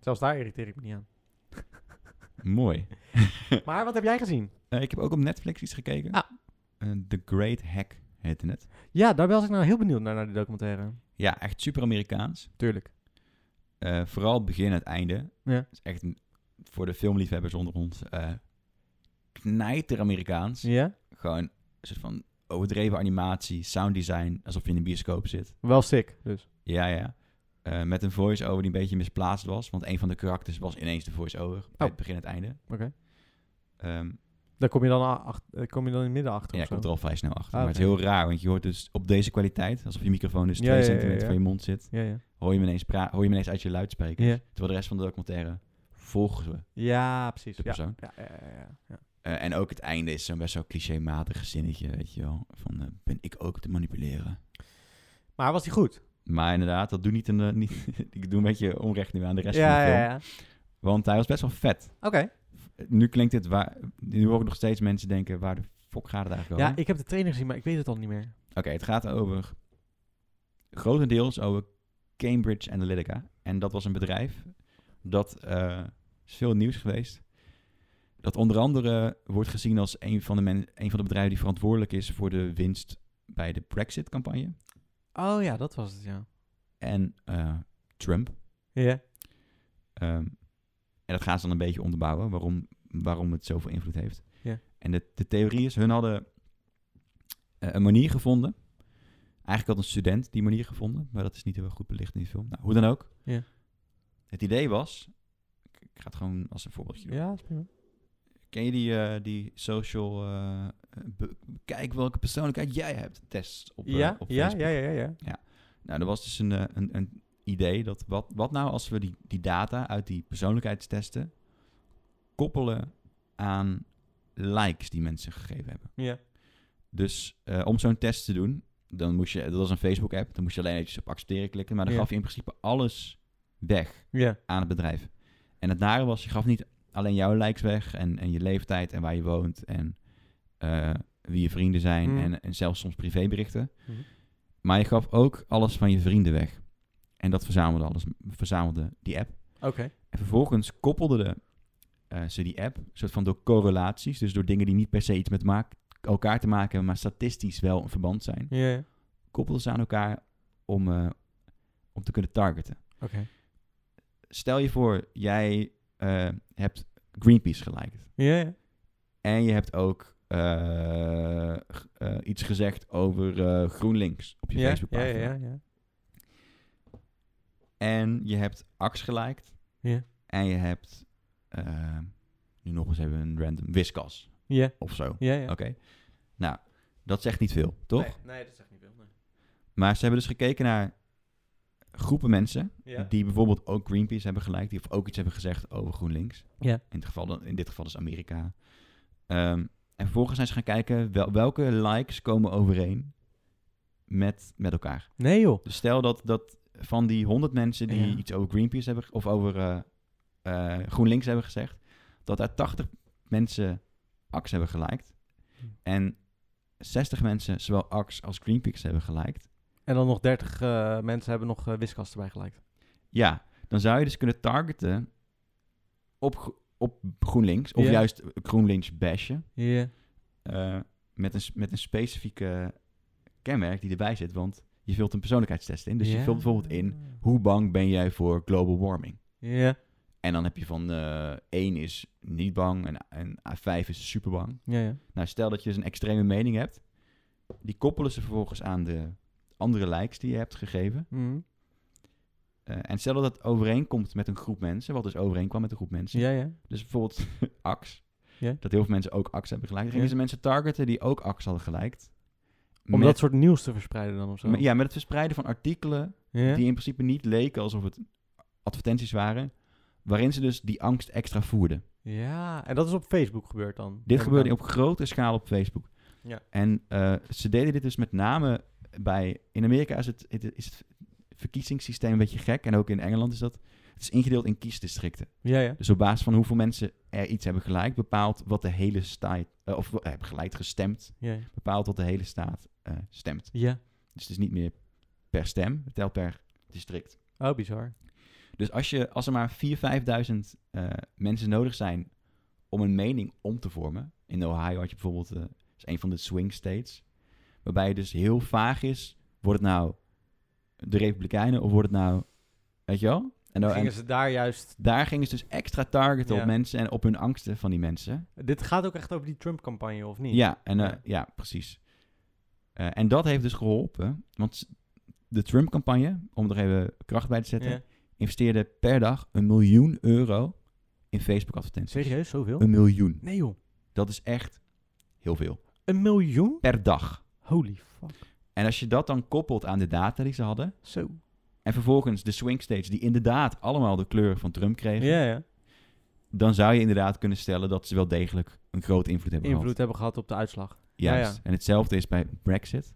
Speaker 1: Zelfs daar irriteer ik me niet aan.
Speaker 2: Mooi. Hm.
Speaker 1: Maar wat heb jij gezien?
Speaker 2: Eh, ik heb ook op Netflix iets gekeken.
Speaker 1: Ah.
Speaker 2: Eh, The Great Hack heette het.
Speaker 1: Ja, daar was ik nou heel benieuwd naar, naar die documentaire.
Speaker 2: Ja, echt super Amerikaans.
Speaker 1: Tuurlijk.
Speaker 2: Eh, vooral het begin en het einde.
Speaker 1: Ja.
Speaker 2: Is echt een- voor de filmliefhebbers onder ons eh knijter Amerikaans.
Speaker 1: Ja?
Speaker 2: Gewoon een soort van overdreven animatie, sounddesign, alsof je in een bioscoop zit.
Speaker 1: Wel sick, dus.
Speaker 2: Ja, ja. Eh, met een voice-over die een beetje misplaatst was. Want een van de karakters was ineens de voice-over.
Speaker 1: Oh.
Speaker 2: Bij het begin en het einde.
Speaker 1: Oké.
Speaker 2: Ehm,
Speaker 1: Daar kom je dan, a- ach- eh, kom je dan in het midden achter of
Speaker 2: ja, ik
Speaker 1: zo.
Speaker 2: kom er al vrij snel achter.
Speaker 1: Ah,
Speaker 2: maar het is
Speaker 1: oké.
Speaker 2: heel raar, want je hoort dus op deze kwaliteit... alsof je microfoon dus
Speaker 1: Ja,
Speaker 2: 2
Speaker 1: ja, ja,
Speaker 2: centimeter
Speaker 1: ja.
Speaker 2: van je mond zit...
Speaker 1: Ja, ja.
Speaker 2: hoor je hem ineens, pra- hoor je hem ineens uit je luidspreker.
Speaker 1: Ja.
Speaker 2: Terwijl de rest van de documentaire volgen we
Speaker 1: ja, precies.
Speaker 2: de
Speaker 1: Ja.
Speaker 2: persoon.
Speaker 1: Ja, ja, ja, ja, ja.
Speaker 2: Eh, en ook het einde is zo'n best wel clichématig zinnetje, weet je wel. Van, eh, ben ik ook te manipuleren?
Speaker 1: Maar was die goed?
Speaker 2: Maar inderdaad, dat doe niet een... eh, niet, (laughs) ik doe een beetje onrecht nu aan de rest van
Speaker 1: ja,
Speaker 2: de
Speaker 1: ja,
Speaker 2: film.
Speaker 1: ja.
Speaker 2: Want hij was best wel vet.
Speaker 1: Oké.
Speaker 2: Nu klinkt het... Waar, nu hoor ik nog steeds mensen denken, waar de fok gaat het eigenlijk
Speaker 1: Ja,
Speaker 2: over?
Speaker 1: ik heb de trainer gezien, maar ik weet het al niet meer.
Speaker 2: Oké, het gaat over... Grotendeels over Cambridge Analytica. En dat was een bedrijf dat... eh, is veel nieuws geweest. Dat onder andere wordt gezien als een van de, men, een van de bedrijven die verantwoordelijk is voor de winst bij de Brexit-campagne.
Speaker 1: Oh ja, dat was het, ja.
Speaker 2: en eh, Trump.
Speaker 1: Ja.
Speaker 2: Ehm, en dat gaan ze dan een beetje onderbouwen, waarom, waarom het zoveel invloed heeft.
Speaker 1: Ja.
Speaker 2: En de, de theorie is, hun hadden eh, een manier gevonden. Eigenlijk had een student die manier gevonden, maar dat is niet heel erg goed belicht in die film. Nou, hoe dan ook.
Speaker 1: Ja.
Speaker 2: Het idee was, ik, ik ga het gewoon als een voorbeeldje doen.
Speaker 1: Ja, is prima.
Speaker 2: Ken je die, eh, die social, eh, eh, be- kijk welke persoonlijkheid jij hebt, test op, eh,
Speaker 1: ja,
Speaker 2: op
Speaker 1: ja,
Speaker 2: Facebook.
Speaker 1: ja, ja, ja, ja.
Speaker 2: Nou, er was dus een, eh, een, een idee dat wat, wat nou als we die, die data uit die persoonlijkheidstesten koppelen aan likes die mensen gegeven hebben.
Speaker 1: Ja.
Speaker 2: Dus eh, om zo'n test te doen, dan moest je, dat was een Facebook-app, dan moest je alleen eventjes op accepteren klikken, maar dan
Speaker 1: Ja.
Speaker 2: gaf je in principe alles weg
Speaker 1: Ja.
Speaker 2: aan het bedrijf. En het nare was, je gaf niet alleen jouw likes weg en, en je leeftijd en waar je woont en eh, wie je vrienden zijn
Speaker 1: Mm.
Speaker 2: en, en zelfs soms privéberichten.
Speaker 1: Mhm.
Speaker 2: Maar je gaf ook alles van je vrienden weg. En dat verzamelde alles, verzamelde die app.
Speaker 1: Oké.
Speaker 2: En vervolgens koppelden de, eh, ze die app, soort van door correlaties, dus door dingen die niet per se iets met maak, elkaar te maken hebben, maar statistisch wel een verband zijn,
Speaker 1: Ja. ja.
Speaker 2: koppelden ze aan elkaar om, eh, om te kunnen targeten
Speaker 1: Oké.
Speaker 2: stel je voor, jij eh, hebt Greenpeace geliked.
Speaker 1: Ja, ja.
Speaker 2: En je hebt ook eh, g- eh, iets gezegd over eh, GroenLinks op je
Speaker 1: Ja, ja,
Speaker 2: Facebookpagina.
Speaker 1: ja, ja.
Speaker 2: En je hebt Ax geliked.
Speaker 1: Ja.
Speaker 2: En je hebt, eh, nu nog eens even een random, Whiskas
Speaker 1: Ja,
Speaker 2: of zo.
Speaker 1: ja, ja.
Speaker 2: Oké. Nou, dat zegt niet veel, toch?
Speaker 1: Nee, dat zegt niet veel.
Speaker 2: Maar ze hebben dus gekeken naar groepen mensen
Speaker 1: Ja.
Speaker 2: die bijvoorbeeld ook Greenpeace hebben gelijk, die of ook iets hebben gezegd over GroenLinks.
Speaker 1: Ja.
Speaker 2: In, het geval, dan- in dit geval is Amerika. Ehm, en vervolgens zijn ze gaan kijken wel- welke likes komen overeen met, met elkaar.
Speaker 1: Nee, joh.
Speaker 2: Dus stel dat, dat van die 100 mensen die
Speaker 1: Ja.
Speaker 2: iets over Greenpeace hebben ge- of over eh, eh, GroenLinks hebben gezegd, dat daar 80 mensen Ax hebben geliked
Speaker 1: Hm.
Speaker 2: en 60 mensen zowel Ax als Greenpeace hebben geliked.
Speaker 1: En dan nog 30 eh, mensen hebben nog eh wiskast erbij gelijk.
Speaker 2: Ja, dan zou je dus kunnen targeten op, gro- op GroenLinks. Of
Speaker 1: Ja.
Speaker 2: juist GroenLinks bashen.
Speaker 1: Ja.
Speaker 2: eh, met, een, s- met een specifieke kenmerk die erbij zit. Want je vult een persoonlijkheidstest in. Dus je vult bijvoorbeeld in... Hoe bang ben jij voor global warming?
Speaker 1: Ja.
Speaker 2: En dan heb je van eh 1 is niet bang en, en 5 is super bang.
Speaker 1: Ja, ja.
Speaker 2: Nou, stel dat je dus een extreme mening hebt. Die koppelen ze vervolgens aan de andere likes die je hebt gegeven.
Speaker 1: Mhm.
Speaker 2: Eh, en stel dat het overeenkomt met een groep mensen, wat dus overeenkwam met een groep mensen.
Speaker 1: Ja, ja.
Speaker 2: Dus
Speaker 1: (laughs)
Speaker 2: bijvoorbeeld Ax,
Speaker 1: Ja.
Speaker 2: dat heel veel mensen ook Ax hebben gelijk. Dan gingen
Speaker 1: Ja.
Speaker 2: ze mensen targeten die ook Ax hadden gelijk.
Speaker 1: Om dat soort nieuws te verspreiden dan of zo.
Speaker 2: met, ja, met het verspreiden van artikelen
Speaker 1: Ja.
Speaker 2: die in principe niet leken alsof het advertenties waren. Waarin ze dus die angst extra voerden.
Speaker 1: Ja, en dat is op Facebook gebeurd dan.
Speaker 2: Dit gebeurde op grote schaal op Facebook.
Speaker 1: Ja.
Speaker 2: En eh, ze deden dit dus met name bij... In Amerika is het, het- is het verkiezingssysteem een beetje gek. En ook in Engeland is dat. Het is ingedeeld in kiesdistricten.
Speaker 1: Ja, ja.
Speaker 2: Dus op basis van hoeveel mensen er iets hebben gelijk, bepaalt wat de hele staat. eh, of eh, hebben gelijk gestemd,
Speaker 1: Ja.
Speaker 2: bepaalt wat de hele staat eh, stemt.
Speaker 1: ja.
Speaker 2: Dus het is niet meer per stem, het telt per district.
Speaker 1: Oh, bizar.
Speaker 2: Dus als, je, als er maar 4.000, 5.000 eh, mensen nodig zijn om een mening om te vormen. In Ohio had je bijvoorbeeld, eh, is een van de swing states. Waarbij het dus heel vaag is, wordt het nou de Republikeinen of wordt het nou, weet je wel? En, dan- en
Speaker 1: Gingen ze daar juist...
Speaker 2: daar gingen ze dus extra targeten
Speaker 1: Ja.
Speaker 2: op mensen en op hun angsten van die mensen.
Speaker 1: Dit gaat ook echt over die Trump-campagne, of niet?
Speaker 2: Ja, en, eh,
Speaker 1: Ja.
Speaker 2: ja. precies. Eh, en dat heeft dus geholpen, want de Trump-campagne, om er even kracht bij te zetten,
Speaker 1: Ja.
Speaker 2: investeerde per dag een miljoen euro in Facebook-advertenties.
Speaker 1: Serieus, zoveel?
Speaker 2: Een miljoen.
Speaker 1: Nee joh,
Speaker 2: Dat is echt heel veel.
Speaker 1: een miljoen?
Speaker 2: Per dag.
Speaker 1: Holy fuck.
Speaker 2: En als je dat dan koppelt aan de data die ze hadden,
Speaker 1: Zo.
Speaker 2: en vervolgens de swing states, die inderdaad allemaal de kleur van Trump kregen,
Speaker 1: Ja, ja.
Speaker 2: dan zou je inderdaad kunnen stellen dat ze wel degelijk een grote invloed hebben gehad.
Speaker 1: Invloed hebben gehad op de uitslag. Ja,
Speaker 2: Juist.
Speaker 1: ja.
Speaker 2: En hetzelfde is bij Brexit.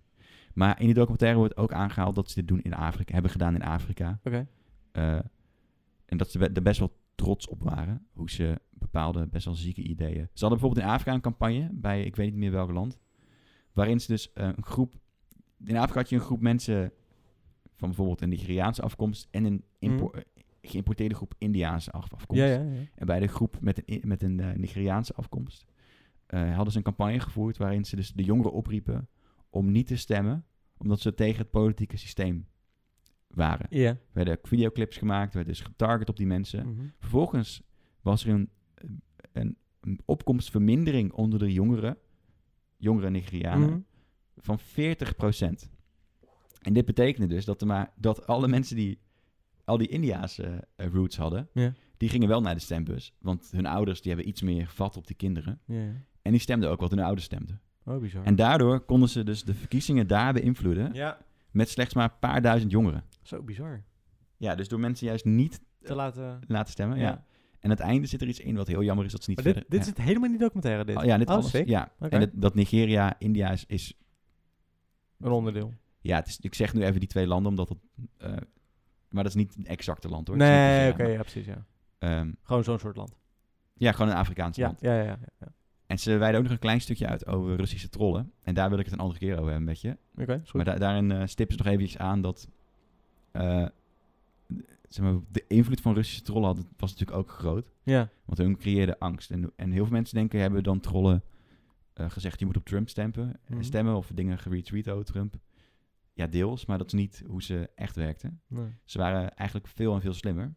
Speaker 2: Maar in die documentaire wordt ook aangehaald dat ze dit doen in Afrika, hebben gedaan in Afrika.
Speaker 1: Oké.
Speaker 2: Eh, en dat ze be- er best wel trots op waren. Hoe ze bepaalde best wel zieke ideeën. Ze hadden bijvoorbeeld in Afrika een campagne bij ik weet niet meer welk land. Waarin ze dus eh, een groep. In Afrika had je een groep mensen van bijvoorbeeld een Nigeriaanse afkomst en een impo- eh, geïmporteerde groep Indiaanse af- afkomst.
Speaker 1: Mhm. Ja, ja, ja.
Speaker 2: En bij de groep met een, I- met een eh, Nigeriaanse afkomst eh, hadden ze een campagne gevoerd waarin ze dus de jongeren opriepen om niet te stemmen, omdat ze tegen het politieke systeem waren.
Speaker 1: Ja.
Speaker 2: Er werden ook videoclips gemaakt, werd dus getarget op die mensen.
Speaker 1: Mhm.
Speaker 2: Vervolgens was er een, een, een opkomstvermindering onder de jongeren, jongere Nigerianen,
Speaker 1: Mhm.
Speaker 2: van 40%. En dit betekende dus dat, er maar, dat alle mensen die al die Indiaanse eh, roots hadden,
Speaker 1: Ja.
Speaker 2: die gingen wel naar de stembus. Want hun ouders die hebben iets meer vat op die kinderen.
Speaker 1: Ja, ja.
Speaker 2: En die stemden ook wat hun ouders stemden.
Speaker 1: Oh, bizar.
Speaker 2: En daardoor konden ze dus de verkiezingen daar beïnvloeden
Speaker 1: ja,
Speaker 2: met slechts maar een paar duizend jongeren.
Speaker 1: zo bizar.
Speaker 2: Ja, dus door mensen juist niet
Speaker 1: Te laten...
Speaker 2: laten stemmen. Ja.
Speaker 1: Ja.
Speaker 2: En aan het einde zit er iets in wat heel jammer is dat ze niet
Speaker 1: Maar dit,
Speaker 2: verder...
Speaker 1: dit
Speaker 2: ja.
Speaker 1: zit helemaal niet documentaire, dit.
Speaker 2: Oh, ja, dit
Speaker 1: Oh,
Speaker 2: alles.
Speaker 1: sick.
Speaker 2: Ja.
Speaker 1: Oké.
Speaker 2: En dat, dat Nigeria, India is, is
Speaker 1: Een onderdeel.
Speaker 2: Ja, het is, ik zeg nu even die twee landen, omdat het... eh, maar dat is niet een exacte land, hoor. Het is
Speaker 1: nee,
Speaker 2: Nigeria,
Speaker 1: oké, ja, precies, ja.
Speaker 2: maar, ehm,
Speaker 1: Gewoon zo'n soort land.
Speaker 2: ja, gewoon een Afrikaans
Speaker 1: Ja,
Speaker 2: land.
Speaker 1: ja, ja. ja, ja.
Speaker 2: En ze wijden ook nog een klein stukje uit over Russische trollen. En daar wil ik het een andere keer over hebben met je.
Speaker 1: Oké, is goed.
Speaker 2: Maar da- daarin eh, stippen ze nog eventjes aan dat... eh, zeg maar, de invloed van Russische trollen had, was natuurlijk ook groot.
Speaker 1: Ja.
Speaker 2: Want hun creëerden angst. En, en heel veel mensen denken, hebben dan trollen eh, gezegd... je moet op Trump stemmen,
Speaker 1: Mhm.
Speaker 2: stemmen of dingen geretweeten over Trump. Ja, deels, maar dat is niet hoe ze echt werkten.
Speaker 1: Nee.
Speaker 2: Ze waren eigenlijk veel en veel slimmer.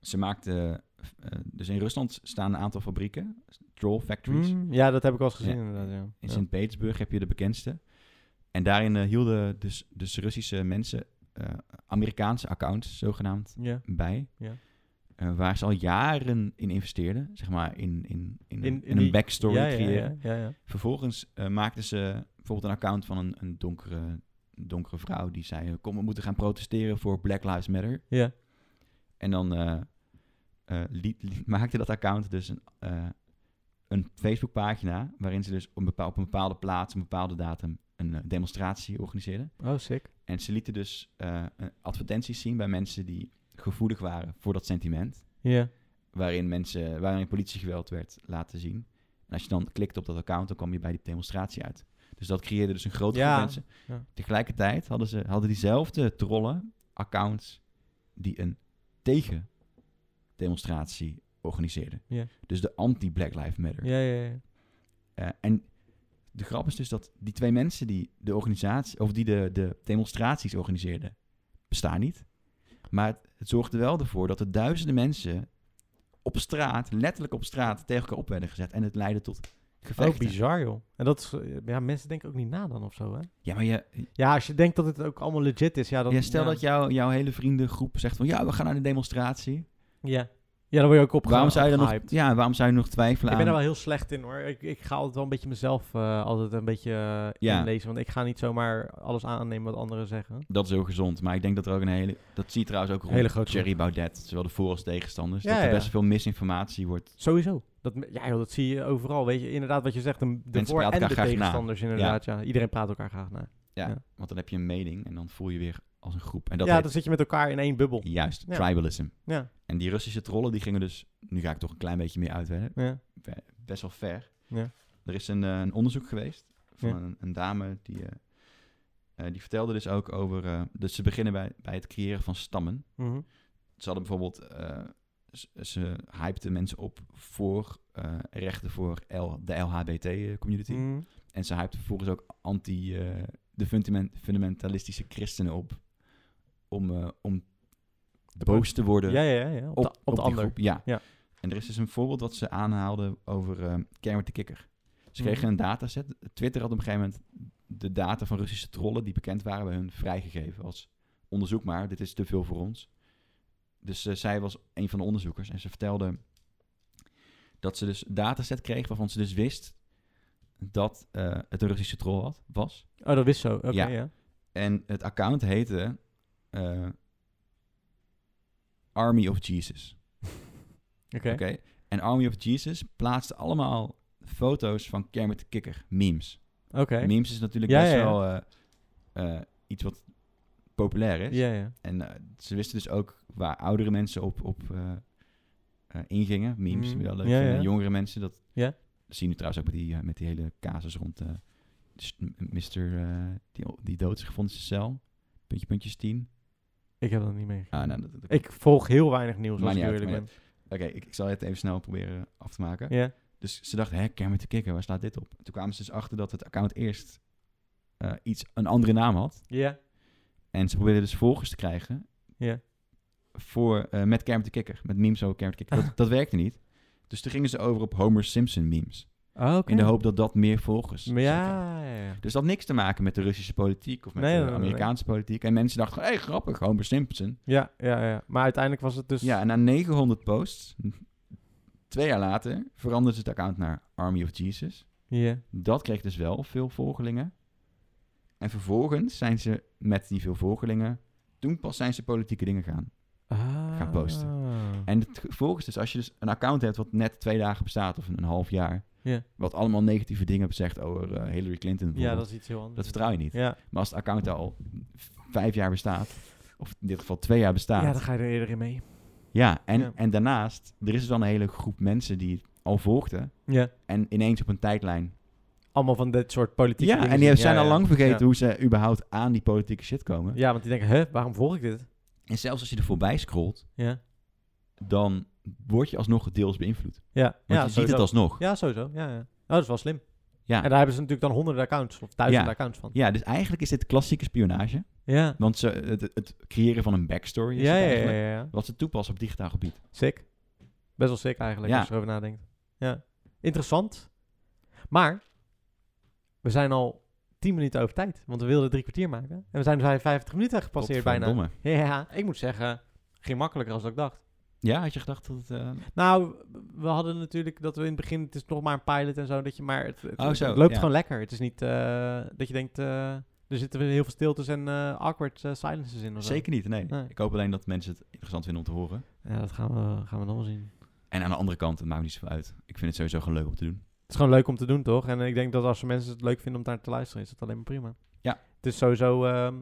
Speaker 2: Ze maakten... eh, dus in Rusland staan een aantal fabrieken, troll factories.
Speaker 1: Mm, ja, dat heb ik al eens gezien,
Speaker 2: Ja.
Speaker 1: inderdaad, ja.
Speaker 2: In
Speaker 1: Ja.
Speaker 2: Sint-Petersburg heb je de bekendste. En daarin eh, hielden dus, dus Russische mensen eh, Amerikaanse accounts, zogenaamd,
Speaker 1: Ja.
Speaker 2: bij.
Speaker 1: Ja.
Speaker 2: Eh, waar ze al jaren in investeerden, zeg maar, in, in, in,
Speaker 1: In-
Speaker 2: een-
Speaker 1: in
Speaker 2: in
Speaker 1: die-
Speaker 2: een backstory
Speaker 1: ja, ja,
Speaker 2: creëren.
Speaker 1: ja, ja, ja.
Speaker 2: Vervolgens eh, maakten ze bijvoorbeeld een account van een, een donkere, donkere vrouw die zei: eh, Kom, we moeten gaan protesteren voor Black Lives Matter.
Speaker 1: Ja.
Speaker 2: En dan eh, eh, liet- liet- (laughs) maakte dat account dus een, eh, een Facebookpagina... waarin ze dus op een, bepaal- op een bepaalde plaats, een bepaalde datum... een eh, demonstratie organiseerden.
Speaker 1: Oh, sick.
Speaker 2: En ze lieten dus eh, eh, advertenties zien bij mensen die gevoelig waren voor dat sentiment...
Speaker 1: Ja.
Speaker 2: waarin, mensen, waarin politiegeweld werd laten zien. En als je dan klikte op dat account, dan kwam je bij die demonstratie uit. Dus dat creëerde dus een grote groep
Speaker 1: Ja,
Speaker 2: mensen.
Speaker 1: ja.
Speaker 2: Tegelijkertijd hadden, ze, hadden diezelfde trollen accounts die een tegendemonstratie organiseerden.
Speaker 1: Ja.
Speaker 2: Dus de anti-Black Lives Matter.
Speaker 1: Ja, ja, ja.
Speaker 2: Eh, en de grap is dus dat die twee mensen die de organisatie of die de, de demonstraties organiseerden, bestaan niet. Maar het, het zorgde wel ervoor dat er duizenden mensen op straat, letterlijk op straat, tegen elkaar op werden gezet. En het leidde tot
Speaker 1: Ook
Speaker 2: gevechten.
Speaker 1: Oh, bizar, joh. En dat is... eh, Ja, mensen denken ook niet na dan of zo, hè?
Speaker 2: ja, maar je,
Speaker 1: Ja, als je denkt dat het ook allemaal legit is, ja, dan...
Speaker 2: ja, stel
Speaker 1: ja.
Speaker 2: dat jouw jouw hele vriendengroep zegt van ja, we gaan naar de demonstratie.
Speaker 1: Ja. Ja, dan word je ook op
Speaker 2: Waarom zou je dan nog, ja, waarom zou je nog twijfelen
Speaker 1: Ik ben er
Speaker 2: aan...
Speaker 1: wel heel slecht in hoor. Ik, ik ga altijd wel een beetje mezelf eh, altijd een beetje eh,
Speaker 2: Ja.
Speaker 1: inlezen. Want ik ga niet zomaar alles aannemen wat anderen zeggen.
Speaker 2: Dat is heel gezond, maar ik denk dat er ook een hele... Dat zie je trouwens ook rond
Speaker 1: Hele grote
Speaker 2: Thierry Baudet, zowel de voor- als tegenstanders.
Speaker 1: Ja,
Speaker 2: dat er
Speaker 1: ja.
Speaker 2: best veel misinformatie wordt
Speaker 1: Sowieso. Dat, me- ja, joh, dat zie je overal. Weet je, inderdaad, wat je zegt, de, de
Speaker 2: Mensen
Speaker 1: voor-
Speaker 2: praten
Speaker 1: en de
Speaker 2: elkaar graag na.
Speaker 1: tegenstanders, inderdaad. Ja. Iedereen praat elkaar graag na.
Speaker 2: Ja,
Speaker 1: Ja.
Speaker 2: want dan heb je een mening en dan voel je weer als een groep. En dat
Speaker 1: ja,
Speaker 2: heet
Speaker 1: dan zit je met elkaar in één bubbel.
Speaker 2: juist
Speaker 1: Ja.
Speaker 2: tribalism.
Speaker 1: Ja,
Speaker 2: En die Russische trollen, die gingen dus... Nu ga ik toch een klein beetje meer uitweiden.
Speaker 1: ja.
Speaker 2: Ver- Best wel ver.
Speaker 1: Ja.
Speaker 2: Er is een, eh, een onderzoek geweest van
Speaker 1: Ja.
Speaker 2: een, een dame die... eh, eh, die vertelde dus ook over... eh, dus ze beginnen bij, bij het creëren van stammen.
Speaker 1: Mhm.
Speaker 2: ze hadden bijvoorbeeld, eh, ze, ze hypte mensen op voor eh, rechten voor L, de LHBT-community.
Speaker 1: Mhm.
Speaker 2: En ze hypte vervolgens ook anti, eh, de fundament- fundamentalistische christenen op. Om, eh, om boos te worden
Speaker 1: Ja, ja, ja. Op, de, op, de
Speaker 2: die
Speaker 1: ander.
Speaker 2: groep. Ja.
Speaker 1: Ja.
Speaker 2: En er is dus een voorbeeld wat ze aanhaalden over eh Kermit de Kikker. Ze
Speaker 1: Mhm.
Speaker 2: kregen een dataset. Twitter had op een gegeven moment de data van Russische trollen die bekend waren bij hun vrijgegeven. Als onderzoek maar, dit is te veel voor ons. Dus eh, zij was een van de onderzoekers en ze vertelde dat ze dus een dataset kreeg waarvan ze dus wist dat eh, het een Russische troll had, was.
Speaker 1: Oh, dat wist zo. Oké,
Speaker 2: Ja.
Speaker 1: ja.
Speaker 2: En het account heette eh, Army of Jesus.
Speaker 1: Oké.
Speaker 2: Oké. En Army of Jesus plaatste allemaal foto's van Kermit de Kikker. Memes.
Speaker 1: Oké.
Speaker 2: Memes is natuurlijk
Speaker 1: Ja,
Speaker 2: best
Speaker 1: ja, ja.
Speaker 2: wel eh, eh, iets wat populair is.
Speaker 1: Ja, ja.
Speaker 2: En eh, ze wisten dus ook waar oudere mensen op, op eh, eh, ingingen. Memes,
Speaker 1: Mhm.
Speaker 2: wel leuk
Speaker 1: Ja,
Speaker 2: vinden.
Speaker 1: ja.
Speaker 2: Jongere mensen, dat
Speaker 1: Ja.
Speaker 2: zien we trouwens ook met die, eh, met die hele casus rond eh, s- m- Mr. eh, die, die dood is gevonden in zijn cel. Puntje, puntjes, tien.
Speaker 1: Ik heb dat niet mee.
Speaker 2: Ah, nou, dat- dat-
Speaker 1: Ik volg heel weinig nieuws,
Speaker 2: Maakt
Speaker 1: als ik
Speaker 2: niet uit,
Speaker 1: eerlijk ben.
Speaker 2: Oké, ik, ik zal het even snel proberen af te maken.
Speaker 1: Ja.
Speaker 2: Dus ze dachten, hè, Kermit de Kikker, waar staat dit op? Toen kwamen ze dus achter dat het account eerst eh, iets, een andere naam had.
Speaker 1: Ja.
Speaker 2: En ze probeerden dus volgers te krijgen
Speaker 1: Ja.
Speaker 2: voor, eh, met Kermit de Kikker. Met memes over Kermit de
Speaker 1: (laughs)
Speaker 2: Kikker. Dat, dat werkte niet. Dus toen gingen ze over op Homer Simpson memes.
Speaker 1: Oh, oké.
Speaker 2: In de hoop dat dat meer volgers
Speaker 1: Maar
Speaker 2: zou krijgen.
Speaker 1: Ja, ja, ja.
Speaker 2: Dus dat had niks te maken met de Russische politiek of met
Speaker 1: Nee,
Speaker 2: de
Speaker 1: nee, nee, nee.
Speaker 2: Amerikaanse politiek. En mensen dachten, hé, hey, grappig, Homer Simpson.
Speaker 1: Ja, ja, ja. Maar uiteindelijk was het dus...
Speaker 2: Ja, en na 900 posts, twee jaar later, veranderde ze het account naar Army of Jesus.
Speaker 1: Ja.
Speaker 2: Dat kreeg dus wel veel volgelingen. En vervolgens zijn ze met die veel volgelingen... Toen pas zijn ze politieke dingen gaan.
Speaker 1: Ah.
Speaker 2: Gaan posten. En het gevolg is dus, als je dus een account hebt... wat net twee dagen bestaat, of een, een half jaar...
Speaker 1: Ja.
Speaker 2: wat allemaal negatieve dingen zegt over eh, Hillary Clinton...
Speaker 1: Ja,
Speaker 2: bijvoorbeeld,
Speaker 1: dat is iets heel anders.
Speaker 2: dat vertrouw je niet.
Speaker 1: Ja.
Speaker 2: Maar als het account al vijf jaar bestaat... of in dit geval twee jaar bestaat...
Speaker 1: ja,
Speaker 2: Ja,
Speaker 1: dan ga je er eerder in mee.
Speaker 2: en,
Speaker 1: Ja.
Speaker 2: en daarnaast... er is dus dan een hele groep mensen die het al volgden...
Speaker 1: Ja.
Speaker 2: en ineens op een tijdlijn
Speaker 1: Allemaal van dit soort politieke
Speaker 2: ja,
Speaker 1: dingen
Speaker 2: en die
Speaker 1: zien.
Speaker 2: zijn
Speaker 1: Ja,
Speaker 2: al
Speaker 1: ja.
Speaker 2: lang vergeten
Speaker 1: Ja.
Speaker 2: hoe ze überhaupt aan die politieke shit komen.
Speaker 1: Ja, want die denken, hè, waarom volg ik dit?
Speaker 2: En zelfs als je er voorbij scrolt,
Speaker 1: Ja.
Speaker 2: dan word je alsnog deels beïnvloed.
Speaker 1: Ja.
Speaker 2: Want
Speaker 1: ja,
Speaker 2: je ziet
Speaker 1: sowieso.
Speaker 2: het alsnog. Ja.
Speaker 1: Ja, sowieso. Ja, ja. Oh, dat is wel slim. En
Speaker 2: Ja.
Speaker 1: daar hebben ze natuurlijk dan honderden accounts of duizenden accounts van.
Speaker 2: dus eigenlijk is dit klassieke spionage.
Speaker 1: Ja.
Speaker 2: Want ze, het, het creëren van een backstory is
Speaker 1: Ja,
Speaker 2: het
Speaker 1: ja, ja,
Speaker 2: eigenlijk.
Speaker 1: ja, ja.
Speaker 2: Wat ze toepassen op digitaal gebied.
Speaker 1: Sick. Best wel sick eigenlijk,
Speaker 2: Ja.
Speaker 1: als je erover nadenkt. Ja. Interessant. Maar, we zijn al 10 minuten over tijd. Want we wilden drie kwartier maken. En we zijn dus 55 minuten gepasseerd bijna.
Speaker 2: Godverdomme.
Speaker 1: Ja, ik moet zeggen, ging makkelijker als ik dacht.
Speaker 2: Ja, had je gedacht dat het... eh,
Speaker 1: Nou, we hadden natuurlijk dat we in het begin, het is nog maar een pilot en zo, dat je maar, het, het-
Speaker 2: Oh, zo,
Speaker 1: het loopt
Speaker 2: ja.
Speaker 1: gewoon lekker. Het is niet eh, dat je denkt, eh, er zitten weer heel veel stiltes en eh, awkward eh, silences in of zo.
Speaker 2: Zeker niet, nee.
Speaker 1: Nee.
Speaker 2: Ik hoop alleen dat mensen het interessant vinden om te horen.
Speaker 1: Ja, dat gaan we, gaan we dan wel zien.
Speaker 2: En aan de andere kant, het maakt niet zoveel uit. Ik vind het sowieso gewoon leuk om te doen.
Speaker 1: Het is gewoon leuk om te doen, toch? En ik denk dat als mensen het leuk vinden om daar te luisteren, is dat alleen maar prima.
Speaker 2: Ja.
Speaker 1: Het is sowieso ehm,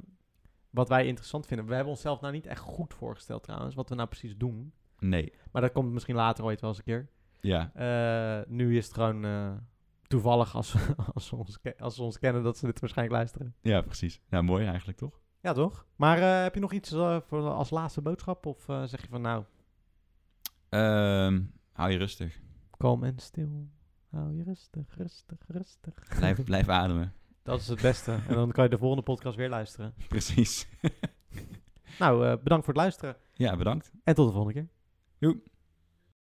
Speaker 1: wat wij interessant vinden. We hebben onszelf nou niet echt goed voorgesteld trouwens, wat we nou precies doen.
Speaker 2: Nee.
Speaker 1: Maar dat komt misschien later ooit wel eens een keer.
Speaker 2: Ja.
Speaker 1: Eh, nu is het gewoon eh, toevallig als, (laughs) als, ze ons, ke- als ze ons kennen dat ze dit waarschijnlijk luisteren.
Speaker 2: ja, precies. Nou, mooi eigenlijk, toch?
Speaker 1: Ja, toch? Maar eh, heb je nog iets eh, voor als laatste boodschap? Of eh, zeg je van nou,
Speaker 2: Ehm, hou je rustig.
Speaker 1: kalm en stil. Hou je rustig, rustig, rustig.
Speaker 2: Blijf, blijf
Speaker 1: (laughs)
Speaker 2: ademen.
Speaker 1: Dat is het beste. en dan kan je de volgende podcast weer luisteren.
Speaker 2: Precies.
Speaker 1: Nou, eh, bedankt voor het luisteren.
Speaker 2: Ja, bedankt.
Speaker 1: En tot de volgende keer.
Speaker 2: Doei.